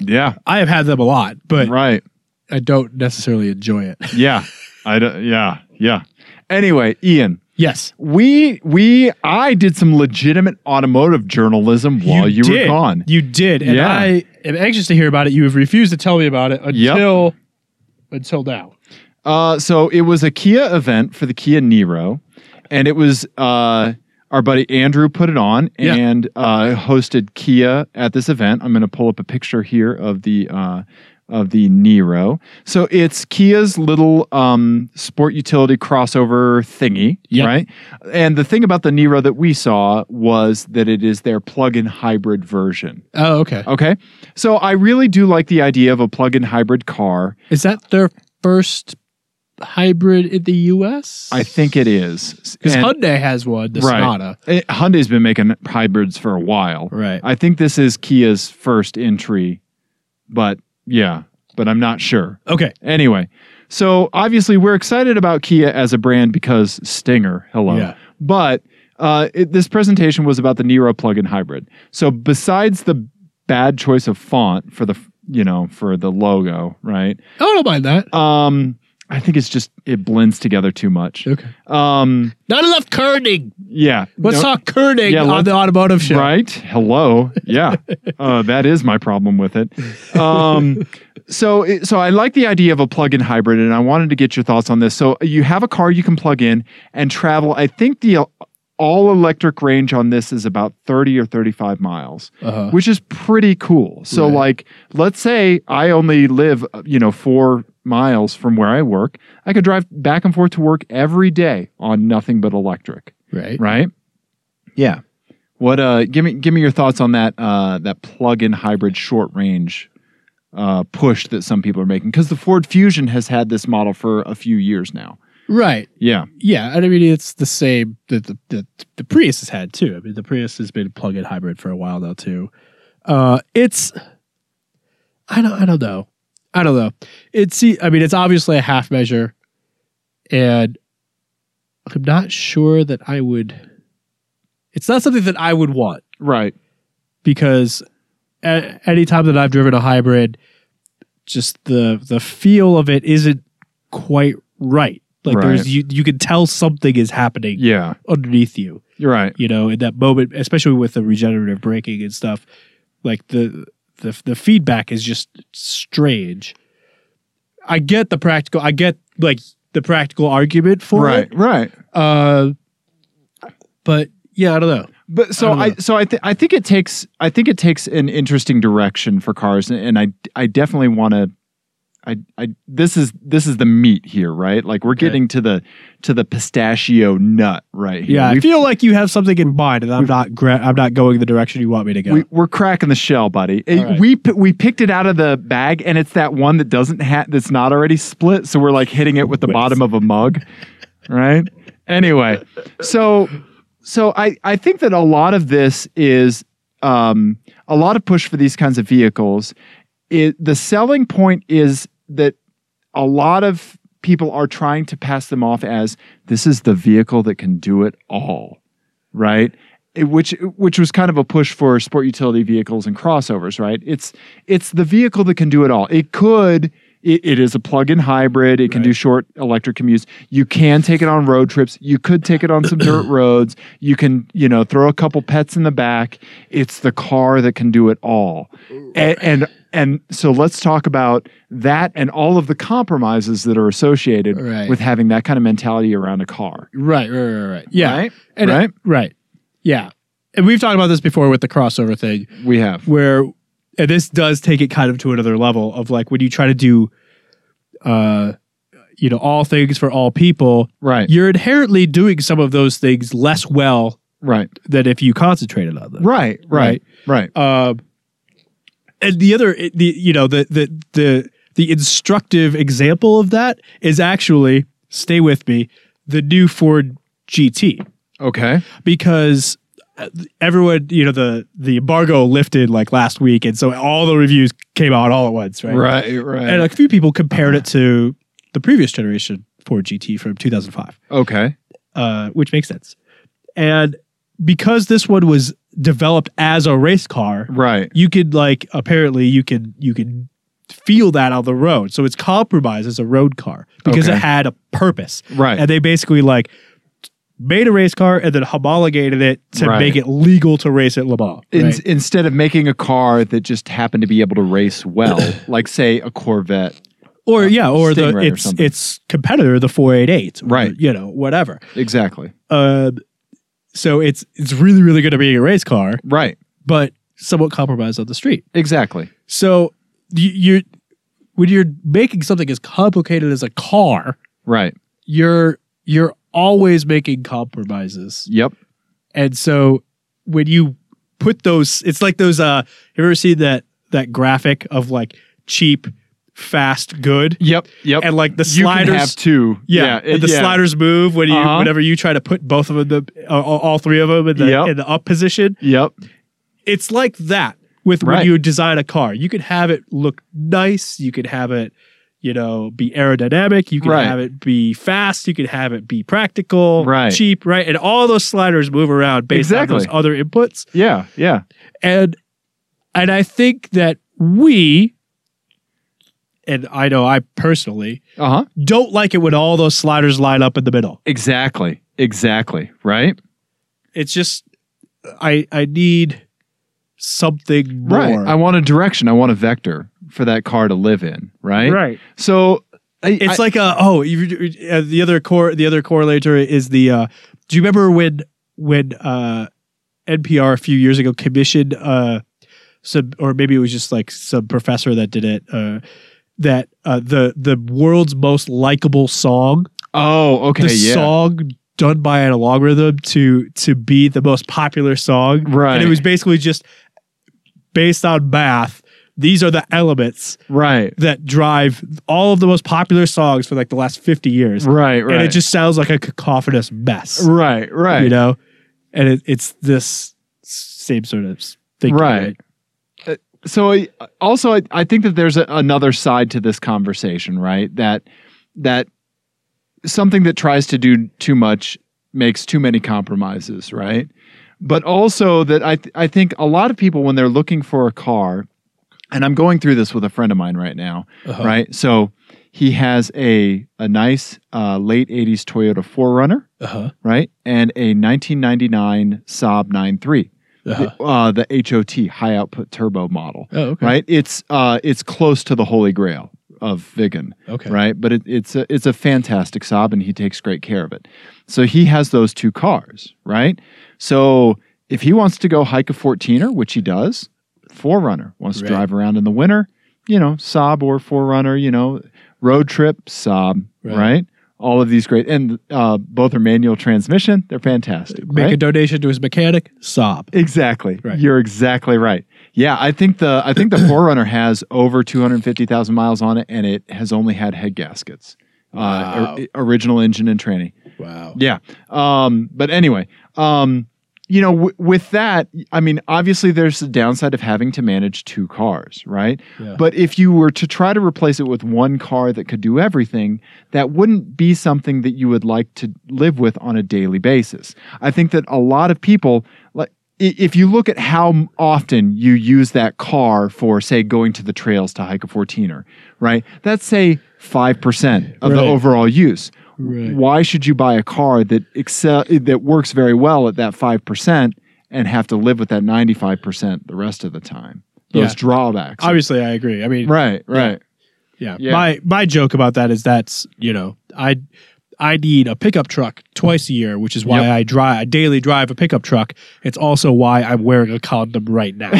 Speaker 1: yeah,
Speaker 3: I have had them a lot, but
Speaker 1: right.
Speaker 3: I don't necessarily enjoy it.
Speaker 1: Yeah, I don't, yeah yeah. Anyway, Ian,
Speaker 3: Yes.
Speaker 1: we we I did some legitimate automotive journalism while you, were
Speaker 3: did.
Speaker 1: gone.
Speaker 3: You did, and
Speaker 1: Yeah.
Speaker 3: I am anxious to hear about it. You have refused to tell me about it
Speaker 1: Yep.
Speaker 3: until until now.
Speaker 1: Uh, so it was a Kia event for the Kia Nero, and it was uh, our buddy Andrew put it on
Speaker 3: Yeah.
Speaker 1: and uh, hosted Kia at this event. I'm going to pull up a picture here of the uh, of the Nero. So it's Kia's little um, sport utility crossover thingy,
Speaker 3: Yeah.
Speaker 1: right? And the thing about the Nero that we saw was that it is their plug-in hybrid version.
Speaker 3: Oh, okay.
Speaker 1: Okay, so I really do like the idea of a plug-in hybrid car.
Speaker 3: Is that their first hybrid in the U.S.?
Speaker 1: I think it is.
Speaker 3: because
Speaker 1: And-
Speaker 3: Hyundai has one, the
Speaker 1: Right.
Speaker 3: Sonata.
Speaker 1: It, Eh, Hyundai's been making hybrids for a while.
Speaker 2: Right.
Speaker 1: I think this is Kia's first entry, but yeah, but I'm not sure.
Speaker 3: Okay.
Speaker 1: Anyway, so obviously we're excited about Kia as a brand because Stinger, hello.
Speaker 3: Yeah.
Speaker 1: But uh, it, this presentation was about the Nero plug-in hybrid. So besides the bad choice of font for the you know for the logo, right?
Speaker 3: Oh, I don't mind that.
Speaker 1: Um, I think it's just it blends together too much.
Speaker 3: Okay.
Speaker 1: Um,
Speaker 3: Not enough kerning.
Speaker 1: yeah.
Speaker 3: Let's
Speaker 1: No-
Speaker 3: talk kerning
Speaker 1: Yeah,
Speaker 3: on
Speaker 1: let's-
Speaker 3: the automotive show.
Speaker 1: Right? Hello. Yeah. uh, that is my problem with it. Um, so, it- so I like the idea of a plug-in hybrid, and I wanted to get your thoughts on this. So, you have a car you can plug in and travel. I think the all-electric range on this is about thirty or thirty-five miles
Speaker 3: Uh-huh.
Speaker 1: which is pretty cool. So
Speaker 3: Right.
Speaker 1: like let's say I only live, uh, you know, 4 miles from where I work. I could drive back and forth to work every day on nothing but electric,
Speaker 3: Right.
Speaker 1: right? Yeah. What uh give me give me your thoughts on that uh that plug-in hybrid short range uh push that some people are making cuz the Ford Fusion has had this model for a few years now.
Speaker 3: Right.
Speaker 1: Yeah.
Speaker 3: Yeah. and I mean, it's the same that the, the, the Prius has had too. I mean, the Prius has been plug-in hybrid for a while now too. Uh, it's I don't I don't know. I don't know. It's I mean, it's obviously a half measure, and I'm not sure that I would. It's not something that I would want
Speaker 1: Right.
Speaker 3: because a any time that I've driven a hybrid, just the the feel of it isn't quite right. Like
Speaker 1: Right.
Speaker 3: there's you you can tell something is happening
Speaker 1: Yeah.
Speaker 3: underneath you.
Speaker 1: You're right.
Speaker 3: You know, in that moment, especially with the regenerative braking and stuff, like the the the feedback is just strange. I get the practical. I get like the practical argument for
Speaker 1: Right.
Speaker 3: it.
Speaker 1: Right.
Speaker 3: Uh, but yeah, I don't know.
Speaker 1: But so
Speaker 3: I don't
Speaker 1: I,
Speaker 3: know.
Speaker 1: so I th- I think it takes I think it takes an interesting direction for cars, and, and I I definitely want to. I, I this is this is the meat here, right? Like we're
Speaker 3: Okay.
Speaker 1: getting to the to the pistachio nut right here.
Speaker 3: Yeah, I
Speaker 1: We've-
Speaker 3: feel like you have something in mind, and I'm not gra- I'm not going the direction you want me to go.
Speaker 1: we, we're cracking the shell, buddy. It-
Speaker 3: All right.
Speaker 1: We p- we picked it out of the bag, and it's that one that doesn't ha- that's not already split. So we're like hitting it with the
Speaker 3: Whiz.
Speaker 1: bottom of a mug, right? Anyway, so so I I think that a lot of this is um, a lot of push for these kinds of vehicles. It, the selling point is that a lot of people are trying to pass them off as this is the vehicle that can do it all, right? It- which which was kind of a push for sport utility vehicles and crossovers, right? It's it's the vehicle that can do it all. It could it, it is a plug-in hybrid. It can do
Speaker 3: Right.
Speaker 1: short electric commutes. You can take it on road trips. You could take it on some dirt roads. You can, you know, throw a couple pets in the back. It's the car that can do it all. And and, and so let's talk about that and all of the compromises that are associated
Speaker 3: Right.
Speaker 1: with having that kind of mentality around a car.
Speaker 3: right, right, right, right. Yeah,
Speaker 1: Right?
Speaker 3: And-
Speaker 1: right?
Speaker 3: right. Yeah, and we've talked about this before with the crossover thing,
Speaker 1: We have.
Speaker 3: where and this does take it kind of to another level of like when you try to do, uh, you know, all things for all people,
Speaker 1: Right.
Speaker 3: you're inherently doing some of those things less well
Speaker 1: Right.
Speaker 3: than if you concentrated on them.
Speaker 1: Right. Right. Right.
Speaker 3: Uh, Um, and the other, the you know, the the the the instructive example of that is actually, stay with me, the new Ford GT
Speaker 1: Okay.
Speaker 3: because uh, everyone, you know, the the embargo lifted like last week, and so all the reviews came out all at once, right?
Speaker 1: Right. Right.
Speaker 3: And uh, a few people compared it to the previous generation Ford GT from 2005
Speaker 1: okay.
Speaker 3: uh, which makes sense. And because this one was developed as a race car,
Speaker 1: Right.
Speaker 3: you could like apparently you could you could feel that on the road. So it's compromised as a road car because
Speaker 1: Okay.
Speaker 3: it had a purpose.
Speaker 1: Right.
Speaker 3: And they basically like made a race car and then homologated it to
Speaker 1: Right.
Speaker 3: make it legal to race at Le Mans.
Speaker 1: In,
Speaker 3: right?
Speaker 1: Instead of making a car that just happened to be able to race well, like say a Corvette.
Speaker 3: Or yeah, or the
Speaker 1: Stingray or
Speaker 3: its
Speaker 1: something.
Speaker 3: its competitor, the 488, or,
Speaker 1: Right.
Speaker 3: You know, whatever.
Speaker 1: Exactly.
Speaker 3: Uh, so it's it's really really good at being a race car,
Speaker 1: Right.
Speaker 3: but somewhat compromised on the street.
Speaker 1: Exactly.
Speaker 3: So you, you're when you're making something as complicated as a car,
Speaker 1: Right.
Speaker 3: you're you're always making compromises,
Speaker 1: Yep.
Speaker 3: and so when you put those, it's like those. Uh, you ever seen that that graphic of like cheap, fast, good,
Speaker 1: Yep. Yep.
Speaker 3: and like the
Speaker 1: you can have
Speaker 3: sliders.
Speaker 1: two.
Speaker 3: Yeah,
Speaker 1: it-
Speaker 3: and the sliders move when you
Speaker 1: Uh-huh.
Speaker 3: whenever you try to put both of them, the, uh, all all three of them in the
Speaker 1: Yep.
Speaker 3: in the up position.
Speaker 1: Yep.
Speaker 3: it's like that with
Speaker 1: Right.
Speaker 3: when you design a car. You could have it look nice. You could have it, you know, be aerodynamic. You could
Speaker 1: Right.
Speaker 3: have it be fast. You could have it be practical,
Speaker 1: Right.
Speaker 3: cheap, right? And all those sliders move around based
Speaker 1: Exactly.
Speaker 3: on those other inputs.
Speaker 1: Yeah. Yeah.
Speaker 3: And and I think that we and I know I personally
Speaker 1: Uh huh.
Speaker 3: don't like it when all those sliders line up in the middle.
Speaker 1: Exactly. Exactly. Right.
Speaker 3: It's just I I need something more.
Speaker 1: Right. I want a direction. I want a vector for that car to live in. Right.
Speaker 3: right.
Speaker 1: So I,
Speaker 3: It's
Speaker 1: I-
Speaker 3: like uh oh you, uh, the other core the other correlator is the uh, do you remember when when uh, NPR a few years ago commissioned uh, some or maybe it was just like some professor that did it uh, that uh, the the world's most likable song
Speaker 1: oh okay
Speaker 3: the
Speaker 1: yeah
Speaker 3: song done by an algorithm to to be the most popular song
Speaker 1: Right.
Speaker 3: and it was basically just based on math these are the elements
Speaker 1: right
Speaker 3: that drive all of the most popular songs for like the last 50 years.
Speaker 1: right right
Speaker 3: And it just sounds like a cacophonous mess.
Speaker 1: right right
Speaker 3: You know? And it, it's this same sort of thing.
Speaker 1: Right. so I, also I, I think that there's a, another side to this conversation right that that something that tries to do too much makes too many compromises right but also that i th- i think a lot of people when they're looking for a car and i'm going through this with a friend of mine right now
Speaker 3: Uh-huh.
Speaker 1: right so he has a a nice uh, late 80s toyota 4runner
Speaker 2: Uh-huh.
Speaker 1: right and a 1999 saab 93
Speaker 2: Uh-huh.
Speaker 1: the, uh, the HOT high output turbo model,
Speaker 2: Oh, okay.
Speaker 1: right? It's uh, it's close to the holy grail of Vigan,
Speaker 2: Okay.
Speaker 1: right? But it, it's a, it's a fantastic Saab, and he takes great care of it. So he has those two cars, right? So if he wants to go hike a 14er, which he does, Forerunner wants to
Speaker 2: Right.
Speaker 1: drive around in the winter, you know, Saab or Forerunner, you know, road trip Saab,
Speaker 2: Right.
Speaker 1: right? All of these great, and uh, both are manual transmission. They're fantastic.
Speaker 3: Make
Speaker 1: right?
Speaker 3: a donation to his mechanic, sob.
Speaker 1: Exactly.
Speaker 3: Right.
Speaker 1: You're exactly right. Yeah, I think the I think the Forerunner has over 250,000 miles on it, and it has only had head gaskets.
Speaker 2: Wow.
Speaker 1: Uh, or- original engine and tranny.
Speaker 2: Wow.
Speaker 1: Yeah. Um, but anyway, um, you know, w- with that, I mean, obviously there's the downside of having to manage two cars, right?
Speaker 2: Yeah.
Speaker 1: But if you were to try to replace it with one car that could do everything, that wouldn't be something that you would like to live with on a daily basis. I think that a lot of people, like, i- if you look at how m- often you use that car for, say, going to the trails to hike a 14er, right? That's, say, 5% of the
Speaker 3: Right.
Speaker 1: overall use
Speaker 3: Right.
Speaker 1: why should you buy a car that excel that works very well at that 5% and have to live with that 95% the rest of the time those
Speaker 3: Yeah.
Speaker 1: drawbacks
Speaker 3: Obviously, I agree. I mean,
Speaker 1: right right
Speaker 3: yeah.
Speaker 1: Yeah.
Speaker 3: My my joke about that is that's, you know, I I need a pickup truck twice a year, which is why
Speaker 1: Yep.
Speaker 3: I drive I daily drive a pickup truck. It's also why I'm wearing a condom right now.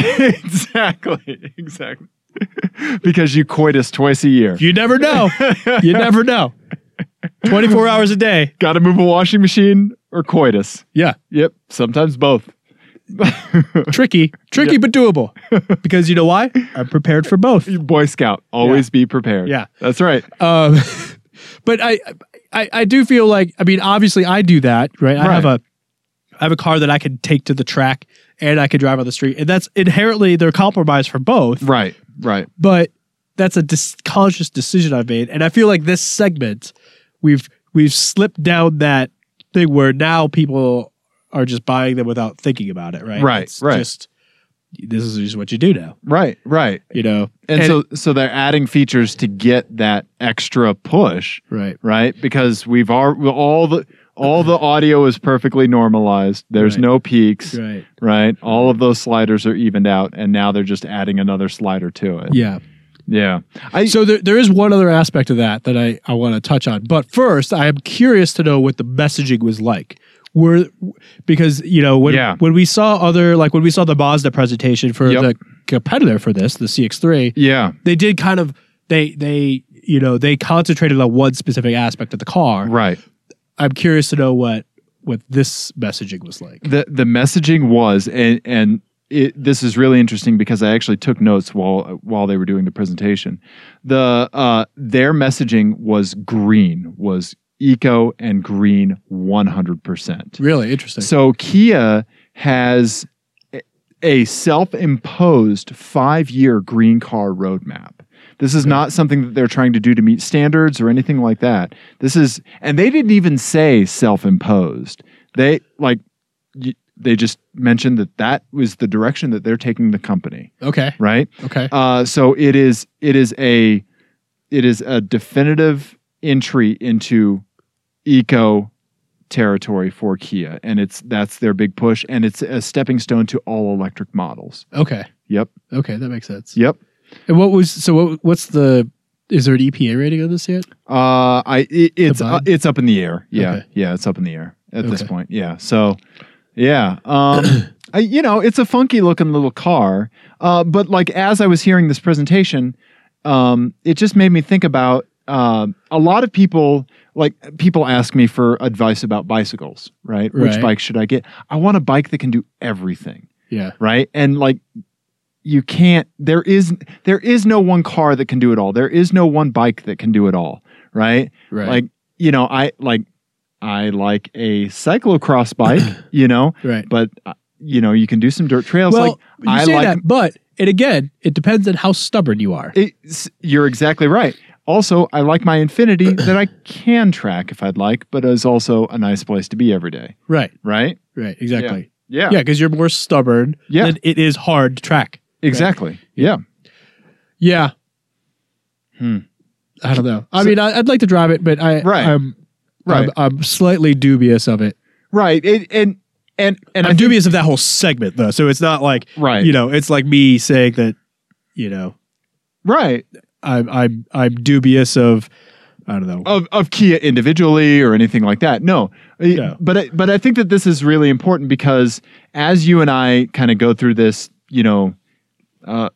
Speaker 1: exactly exactly because you coitus twice a year
Speaker 3: You never know. you never know. 24 hours a day.
Speaker 1: got to move a washing machine or coitus
Speaker 3: Yeah.
Speaker 1: yep sometimes both
Speaker 3: tricky, tricky but doable. Because you know why? I'm prepared for both.
Speaker 1: Boy Scout, always be prepared.
Speaker 3: Yeah.
Speaker 1: that's right.
Speaker 3: Um, but I, I, I do feel like I mean, obviously, I do that, right? I have
Speaker 1: Right.
Speaker 3: a, I have a car that I could take to the track and I could drive on the street, and that's inherently they're compromised for both.
Speaker 1: Right, right.
Speaker 3: But that's a dis- conscious decision I've made, and I feel like this segment, we've we've slipped down that thing where now people are just buying them without thinking about it, right?
Speaker 1: Right,
Speaker 3: It's
Speaker 1: right.
Speaker 3: Just this is just what you do now,
Speaker 1: Right, right.
Speaker 3: you know.
Speaker 1: And, so so they're adding features to get that extra push,
Speaker 3: right.
Speaker 1: right? Because we've all, all the all the audio is perfectly normalized. There's
Speaker 3: Right.
Speaker 1: no peaks, right.
Speaker 3: Right.
Speaker 1: All of those sliders are evened out and now they're just adding another slider to it.
Speaker 3: Yeah.
Speaker 1: Yeah. I
Speaker 3: So there, there is one other aspect of that that I, I want to touch on. But first, I am curious to know what the messaging was like. Were because you know when
Speaker 1: Yeah.
Speaker 3: when we saw other like when we saw the Mazda presentation for
Speaker 1: Yep.
Speaker 3: the competitor for this, the CX3,
Speaker 1: yeah,
Speaker 3: they did kind of they they you know they concentrated on one specific aspect of the car.
Speaker 1: right.
Speaker 3: I'm curious to know what what this messaging was like.
Speaker 1: the the messaging was and and it, this is really interesting because I actually took notes while while they were doing the presentation. The uh, their messaging was green, was eco and green one hundred percent.
Speaker 3: Really interesting.
Speaker 1: So Kia has a- a self-imposed five-year green car roadmap. This is not something that they're trying to do to meet standards or anything like that. This is, and they didn't even say self-imposed. They like, y- they just mentioned that that was the direction that they're taking the company,
Speaker 3: okay.
Speaker 1: right?
Speaker 3: Okay.
Speaker 1: Uh, so it is, it is a, it is a definitive entry into eco territory for Kia, and it's that's their big push, and it's a stepping stone to all electric models.
Speaker 3: Okay.
Speaker 1: Yep,
Speaker 3: Okay. That makes sense.
Speaker 1: yep.
Speaker 3: And what was so what what's the is there an EPA rating on this yet?
Speaker 1: Uh, I it, it's
Speaker 3: The
Speaker 1: uh,
Speaker 3: bud?
Speaker 1: it's up in the air. Yeah,
Speaker 3: Okay.
Speaker 1: yeah, it's up in the air at this
Speaker 3: Okay.
Speaker 1: point. Yeah, so yeah, um, I, you know, it's a funky looking little car. Uh, but like as I was hearing this presentation, um, it just made me think about um a lot of people. Like people ask me for advice about bicycles, right? Which
Speaker 3: Right.
Speaker 1: bike should I get? I want a bike that can do everything.
Speaker 3: Yeah.
Speaker 1: right and like you can't there is there is no one car that can do it all there is no one bike that can do it all right,
Speaker 3: Right.
Speaker 1: like you know i like i like a cyclocross bike you know
Speaker 3: right.
Speaker 1: but uh, you know you can do some dirt trails
Speaker 3: well,
Speaker 1: like
Speaker 3: you
Speaker 1: I
Speaker 3: say
Speaker 1: like-
Speaker 3: that, but and again, it depends on how stubborn you are.
Speaker 1: it's, you're exactly right also i like my infinity that i can track if i'd like but is also a nice place to be every day
Speaker 3: right.
Speaker 1: right
Speaker 3: Right. Exactly.
Speaker 1: yeah,
Speaker 3: Yeah, because you're more stubborn.
Speaker 1: Yeah.
Speaker 3: then it is hard to track.
Speaker 1: exactly yeah
Speaker 3: Yeah.
Speaker 1: Hmm.
Speaker 3: I don't know. I
Speaker 1: So-
Speaker 3: mean, I, I'd like to drive it, but I,
Speaker 1: Right.
Speaker 3: I'm,
Speaker 1: Right.
Speaker 3: I'm, I'm slightly dubious of it.
Speaker 1: right it, and and and
Speaker 3: I'm
Speaker 1: I think-
Speaker 3: dubious of that whole segment, though. So it's not like
Speaker 1: right
Speaker 3: you know, it's like me saying that, you know,
Speaker 1: right
Speaker 3: I'm, I'm, I'm dubious of, I don't know.
Speaker 1: of, of Kia individually or anything like that. No, Uh,
Speaker 3: Yeah.
Speaker 1: but I, but I think that this is really important because as you and I kind of go through this, you know, uh,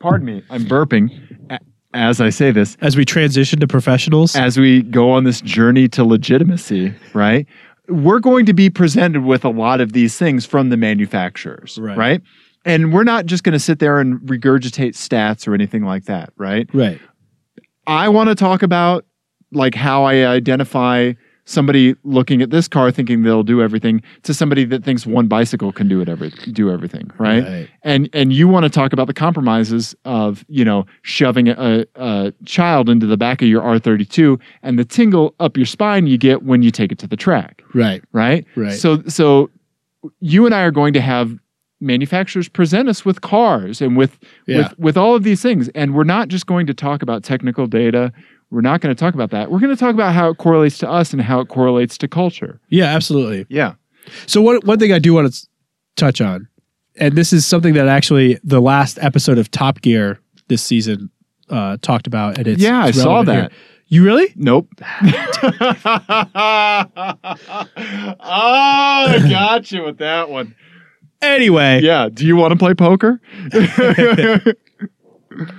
Speaker 1: pardon me, I'm burping a- as I say this.
Speaker 3: As we transition to professionals,
Speaker 1: As we go on this journey to legitimacy, right? We're going to be presented with a lot of these things from the manufacturers,
Speaker 3: Right.
Speaker 1: right? And we're not just going to sit there and regurgitate stats or anything like that, right?
Speaker 3: right?
Speaker 1: I want to talk about like how I identify somebody looking at this car thinking they'll do everything to somebody that thinks one bicycle can do it every do everything, right? And and you want to talk about the compromises of you know shoving a, a child into the back of your R32 and the tingle up your spine you get when you take it to the track,
Speaker 3: Right.
Speaker 1: right?
Speaker 3: Right.
Speaker 1: So so you and I are going to have manufacturers present us with cars and with
Speaker 3: Yeah.
Speaker 1: with with all of these things and we're not just going to talk about technical data. We're not going to talk about that. We're going to talk about how it correlates to us and how it correlates to culture.
Speaker 3: Yeah, absolutely.
Speaker 1: Yeah.
Speaker 3: So one one thing I do want to s- touch on, and this is something that actually the last episode of Top Gear this season uh, talked about, and it's
Speaker 1: yeah, I
Speaker 3: it's
Speaker 1: saw that.
Speaker 3: relevant here. You really?
Speaker 1: Nope. oh, gotcha with that one.
Speaker 3: Anyway,
Speaker 1: Yeah. Do you want to play poker?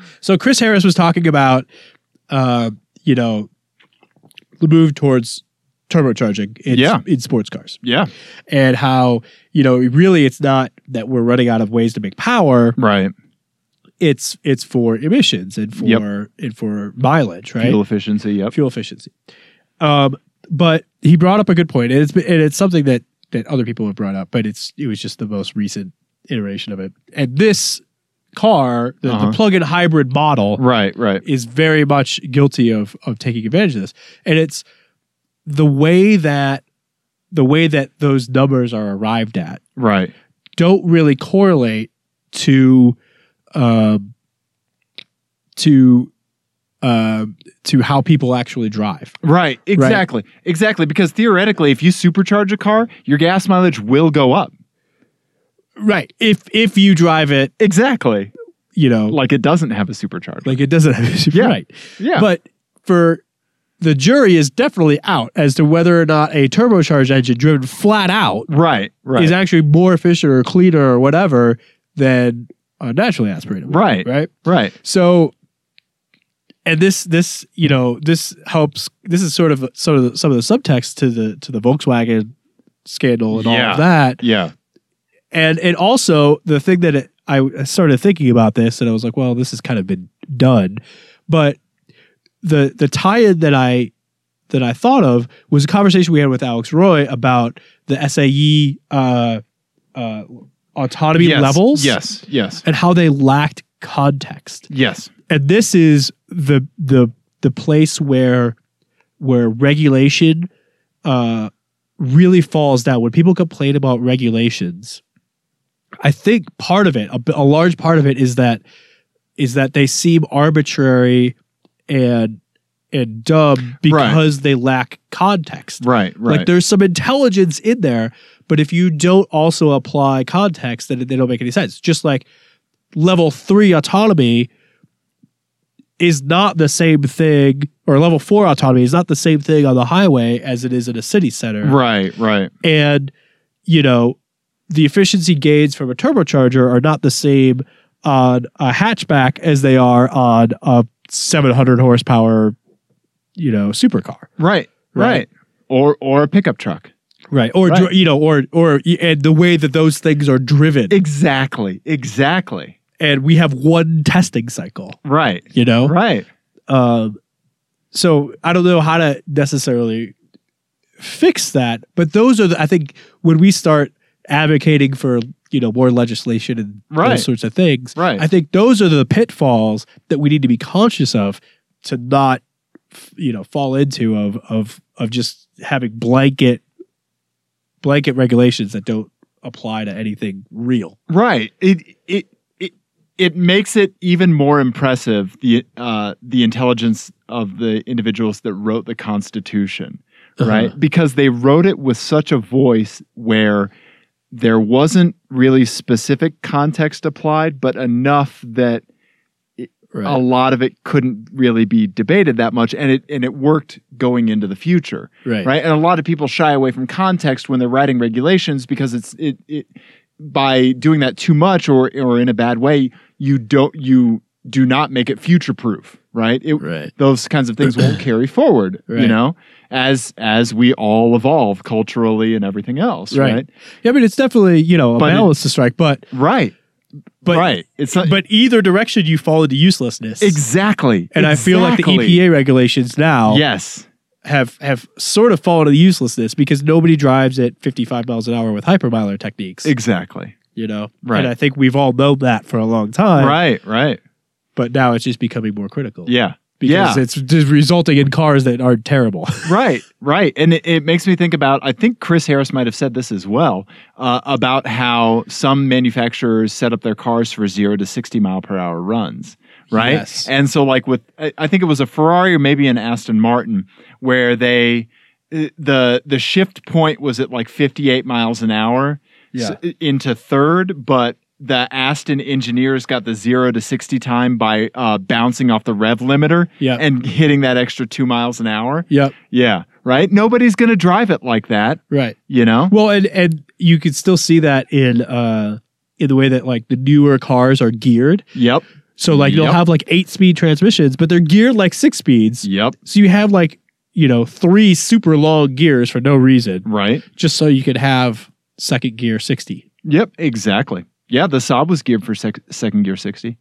Speaker 3: so Chris Harris was talking about, uh, you know, the move towards turbocharging in,
Speaker 1: Yeah.
Speaker 3: in sports cars
Speaker 1: Yeah.
Speaker 3: and how you know really it's not that we're running out of ways to make power
Speaker 1: Right.
Speaker 3: it's it's for emissions and for
Speaker 1: Yep.
Speaker 3: and for mileage right
Speaker 1: Fuel efficiency. Yep.
Speaker 3: fuel efficiency. Um, but he brought up a good point, and it's and it's something that that other people have brought up, but it's it was just the most recent iteration of it. And this car, the,
Speaker 1: Uh-huh.
Speaker 3: the plug-in hybrid model,
Speaker 1: Right. Right.
Speaker 3: is very much guilty of of taking advantage of this, and it's the way that the way that those numbers are arrived at
Speaker 1: Right.
Speaker 3: don't really correlate to um, to um to how people actually drive.
Speaker 1: Right. Exactly. Exactly. Because theoretically, if you supercharge a car, your gas mileage will go up.
Speaker 3: Right. If if you drive it,
Speaker 1: Exactly.
Speaker 3: you know, like,
Speaker 1: Like it doesn't have a supercharger.
Speaker 3: it doesn't have
Speaker 1: Yeah.
Speaker 3: right.
Speaker 1: yeah.
Speaker 3: But for the jury is definitely out as to whether or not a turbocharged engine driven flat out
Speaker 1: right. Right.
Speaker 3: is actually more efficient or cleaner or whatever than a naturally aspirated one,
Speaker 1: Right.
Speaker 3: Right.
Speaker 1: Right.
Speaker 3: So, and this this you know this helps. This is sort of sort of some of the subtext to the to the Volkswagen scandal and all
Speaker 1: Yeah.
Speaker 3: of that.
Speaker 1: Yeah.
Speaker 3: And and also the thing that it, I started thinking about this, and I was like, well, this has kind of been done, but the the tie-in that I that I thought of was a conversation we had with Alex Roy about the SAE uh, uh, autonomy
Speaker 1: yes.
Speaker 3: levels,
Speaker 1: Yes. Yes.
Speaker 3: and how they lacked context
Speaker 1: Yes.
Speaker 3: and uh, this is the the the place where where regulation uh really falls down when people complain about regulations i think part of it a, b- a large part of it is that is that they seem arbitrary and and dumb because they lack context
Speaker 1: Right. Right.
Speaker 3: like there's some intelligence in there, but if you don't also apply context, then they don't make any sense. Just like level three autonomy is not the same thing, or level four autonomy is not the same thing on the highway as it is in a city center.
Speaker 1: right. Right.
Speaker 3: And, you know, the efficiency gains from a turbocharger are not the same on a hatchback as they are on a 700 horsepower, you know, supercar.
Speaker 1: Right. Right.
Speaker 3: Right.
Speaker 1: Or or a pickup truck.
Speaker 3: right or
Speaker 1: Right.
Speaker 3: dri- you know or or and the way that those things are driven
Speaker 1: Exactly. Exactly.
Speaker 3: and we have one testing cycle
Speaker 1: Right.
Speaker 3: you know
Speaker 1: Right.
Speaker 3: um so i don't know how to necessarily fix that but those are the, i think when we start advocating for you know more legislation and
Speaker 1: Right.
Speaker 3: those sorts of things
Speaker 1: Right.
Speaker 3: i think those are the pitfalls that we need to be conscious of to not f- you know fall into of of of just having blanket blanket regulations that don't apply to anything real
Speaker 1: Right. It it it it makes it even more impressive the uh the intelligence of the individuals that wrote the Constitution, right? Because they wrote it with such a voice where there wasn't really specific context applied, but enough that a lot of it couldn't really be debated that much, and it and it worked going into the future.
Speaker 3: right
Speaker 1: right and a lot of people shy away from context when they're writing regulations because it's it, it by doing that too much or or in a bad way you don't you do not make it future proof right it
Speaker 2: Right.
Speaker 1: those kinds of things won't carry forward you
Speaker 3: Right.
Speaker 1: know as as we all evolve culturally and everything else
Speaker 3: Right.
Speaker 1: right
Speaker 3: Yeah, I mean, it's definitely you know a
Speaker 1: But it-
Speaker 3: balance to strike, but
Speaker 1: right
Speaker 3: but
Speaker 1: right it's not
Speaker 3: but either direction you fall into uselessness.
Speaker 1: exactly
Speaker 3: and I feel like the E EPA regulations now
Speaker 1: yes
Speaker 3: have have sort of fallen into uselessness because nobody drives at 55 miles an hour with hypermiler techniques.
Speaker 1: exactly
Speaker 3: you know,
Speaker 1: Right.
Speaker 3: And I think we've all known that for a long time,
Speaker 1: right right
Speaker 3: But now it's just becoming more critical.
Speaker 1: yeah
Speaker 3: because
Speaker 1: Yeah.
Speaker 3: it's just resulting in cars that are terrible.
Speaker 1: right, right. And it, it makes me think about, I think Chris Harris might have said this as well, uh, about how some manufacturers set up their cars for zero to 60 mile per hour runs. Right.
Speaker 3: Yes.
Speaker 1: And so, like, with, I I think it was a Ferrari or maybe an Aston Martin where they, uh, the the shift point was at like 58 miles an hour s- into third, but the Aston engineers got the zero to 60 time by uh, bouncing off the rev limiter
Speaker 3: Yeah.
Speaker 1: and hitting that extra two miles an hour.
Speaker 3: yep,
Speaker 1: Yeah, right? Nobody's going to drive it like that,
Speaker 3: right.
Speaker 1: you know?
Speaker 3: Well, and and you could still see that in uh in the way that like the newer cars are geared.
Speaker 1: Yep,
Speaker 3: So like they'll
Speaker 1: Yep.
Speaker 3: have like eight speed transmissions, but they're geared like six speeds.
Speaker 1: yep,
Speaker 3: So you have like you know, three super long gears for no reason,
Speaker 1: Right.
Speaker 3: just so you could have second gear 60.
Speaker 1: Yep. Exactly. Yeah. The Saab was geared for sec- second gear 60.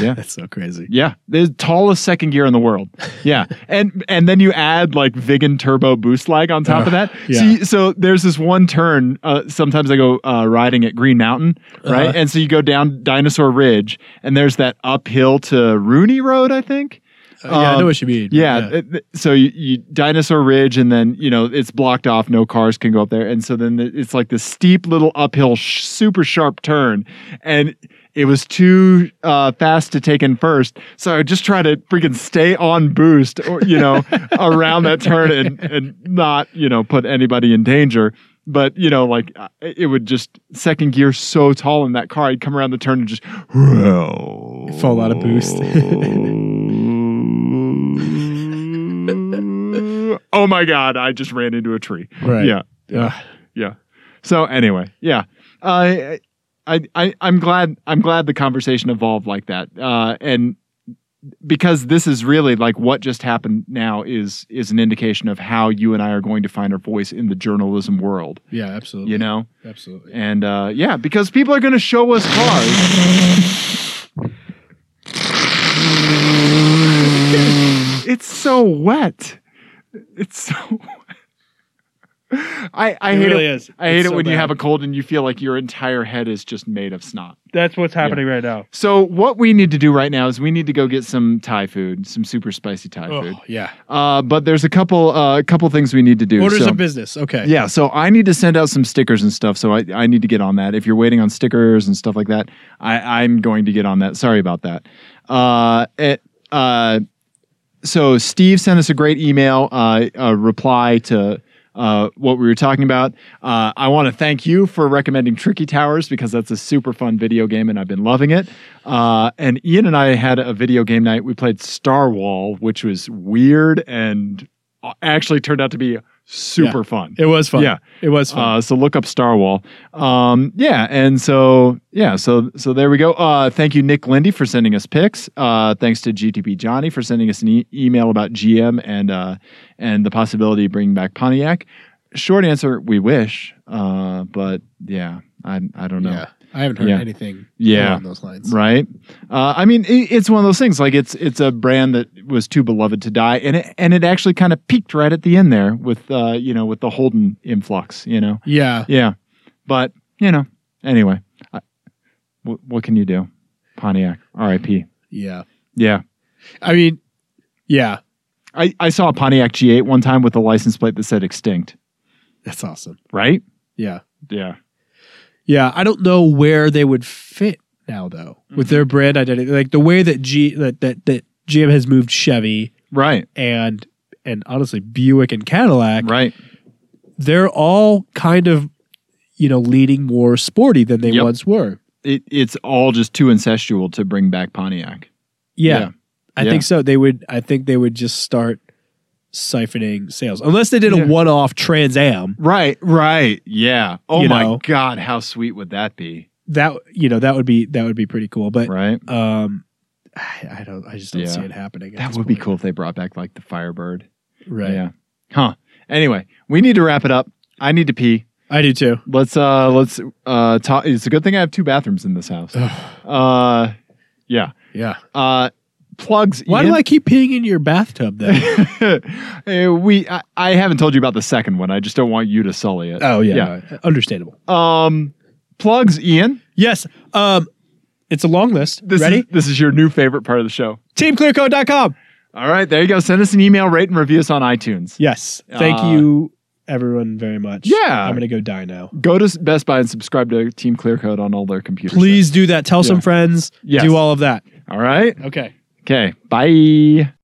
Speaker 1: Yeah.
Speaker 3: That's so crazy.
Speaker 1: Yeah, the tallest second gear in the world. Yeah, and and then you add like Vigan turbo boost lag on top of that.
Speaker 3: yeah.
Speaker 1: So, you- so there's this one turn. Uh, sometimes I go uh, riding at Green Mountain, right?
Speaker 3: Uh-huh.
Speaker 1: And so you go down Dinosaur Ridge, and there's that uphill to Rooney Road, I think.
Speaker 3: Uh, yeah, I
Speaker 1: Um,
Speaker 3: know what you mean.
Speaker 1: Yeah. it- th- So you, you Dinosaur Ridge, and then you know it's blocked off. No cars can go up there, and so then th- it's like this steep little uphill, sh- super sharp turn, and it was too uh, fast to take in first. So I would just try to freaking stay on boost, or you know, around that turn and and not you know put anybody in danger. But you know, like I- it would just second gear so tall in that car, I'd come around the turn and just
Speaker 3: Fall out of boost.
Speaker 1: oh my god, I just ran into a tree.
Speaker 3: Right.
Speaker 1: Yeah.
Speaker 3: Ugh.
Speaker 1: Yeah. So anyway, yeah. Uh, I I I'm glad I'm glad the conversation evolved like that. Uh, and because this is really like what just happened now is is an indication of how you and I are going to find our voice in the journalism world,
Speaker 3: Yeah, absolutely.
Speaker 1: you know?
Speaker 3: Absolutely.
Speaker 1: And uh, yeah, because people are going to show us cars. it's so wet. It's so. I I
Speaker 2: It
Speaker 1: hate
Speaker 2: really
Speaker 1: it.
Speaker 2: is.
Speaker 1: I hate
Speaker 2: It's
Speaker 1: it
Speaker 2: so
Speaker 1: when you
Speaker 2: bad.
Speaker 1: have a cold and you feel like your entire head is just made of snot.
Speaker 2: That's what's happening right now.
Speaker 1: So what we need to do right now is we need to go get some Thai food, some super spicy Thai food.
Speaker 3: Oh, yeah.
Speaker 1: Uh, but there's a couple uh, couple things we need to do.
Speaker 3: Orders
Speaker 1: so-
Speaker 3: of business. Okay.
Speaker 1: yeah, so I need to send out some stickers and stuff. So I, I need to get on that. If you're waiting on stickers and stuff like that, I, I'm going to get on that. Sorry about that. Uh, it, uh, so Steve sent us a great email, uh, a reply to uh, what we were talking about. Uh, I want to thank you for recommending Tricky Towers because that's a super fun video game and I've been loving it. Uh, and Ian and I had a video game night. We played Starwall, which was weird and uh, actually turned out to be super fun.
Speaker 3: It was fun.
Speaker 1: Yeah.
Speaker 3: It was fun.
Speaker 1: Uh, so look up Starwall. Um, yeah, and so yeah, so so there we go. Uh, thank you, Nick Lindy, for sending us pics. Uh, thanks to GTP Johnny for sending us an e- email about GM and uh, and the possibility of bringing back Pontiac. Short answer: We wish, uh, but yeah, I I don't know.
Speaker 3: Yeah. I haven't heard
Speaker 1: Yeah.
Speaker 3: anything
Speaker 1: Yeah.
Speaker 3: along those lines.
Speaker 1: Right. Uh, I mean, it, it's one of those things. Like it's it's a brand that was too beloved to die, and it and it actually kind of peaked right at the end there with uh, you know with the Holden influx. You know.
Speaker 3: Yeah.
Speaker 1: Yeah, but you know. Anyway, I, wh- what can you do? Pontiac, R.I.P.
Speaker 3: Yeah.
Speaker 1: Yeah,
Speaker 3: I mean, yeah.
Speaker 1: I, I saw a Pontiac G8 one time with a license plate that said extinct.
Speaker 3: That's awesome.
Speaker 1: Right?
Speaker 3: Yeah.
Speaker 1: Yeah.
Speaker 3: Yeah, I don't know where they would fit now though
Speaker 2: Mm-hmm.
Speaker 3: with their brand identity, like the way that G that that that GM has moved Chevy
Speaker 1: Right.
Speaker 3: and and honestly Buick and Cadillac,
Speaker 1: Right.
Speaker 3: they're all kind of you know leaning more sporty than they
Speaker 1: Yep.
Speaker 3: once were.
Speaker 1: It, it's all just too incestual to bring back Pontiac.
Speaker 3: Yeah,
Speaker 1: Yeah.
Speaker 3: I
Speaker 1: Yeah.
Speaker 3: think so. They would. I think they would just start siphoning sales unless they did
Speaker 1: Yeah.
Speaker 3: a one-off Trans Am.
Speaker 1: Right. Right. Yeah. Oh
Speaker 3: You
Speaker 1: my
Speaker 3: know.
Speaker 1: God! How sweet would that be?
Speaker 3: That you know that would be that would be pretty cool. But
Speaker 1: Right.
Speaker 3: um, I, I don't. I just don't
Speaker 1: Yeah.
Speaker 3: see it happening. at
Speaker 1: That
Speaker 3: this
Speaker 1: would be
Speaker 3: point.
Speaker 1: cool if they brought back like the Firebird.
Speaker 3: right?
Speaker 1: Yeah. Huh. Anyway, we need to wrap it up. I need to pee.
Speaker 3: I do too.
Speaker 1: Let's uh let's uh talk. It's a good thing I have two bathrooms in this house. Uh, yeah.
Speaker 3: yeah.
Speaker 1: Uh, plugs.
Speaker 3: Why do I keep peeing in your bathtub then?
Speaker 1: I? we. I, I haven't told you about the second one. I just don't want you to sully it.
Speaker 3: oh yeah. understandable.
Speaker 1: yeah. Um, plugs, Ian.
Speaker 3: Yes. Um, it's a long list.
Speaker 1: This
Speaker 3: Ready?
Speaker 1: Is, this is your new favorite part of the show.
Speaker 3: TeamClearCode.com.
Speaker 1: All right, there you go. Send us an email, rate and review us on iTunes.
Speaker 3: Yes. Thank
Speaker 1: Uh,
Speaker 3: you, everyone, very much.
Speaker 1: Yeah.
Speaker 3: I'm gonna go die now.
Speaker 1: Go to Best Buy and subscribe to Team Clear Code on all their computers.
Speaker 3: Please do that. Tell
Speaker 1: Yeah.
Speaker 3: some friends.
Speaker 1: Yes.
Speaker 3: Do all of that.
Speaker 1: All right.
Speaker 3: Okay.
Speaker 1: Okay. Bye.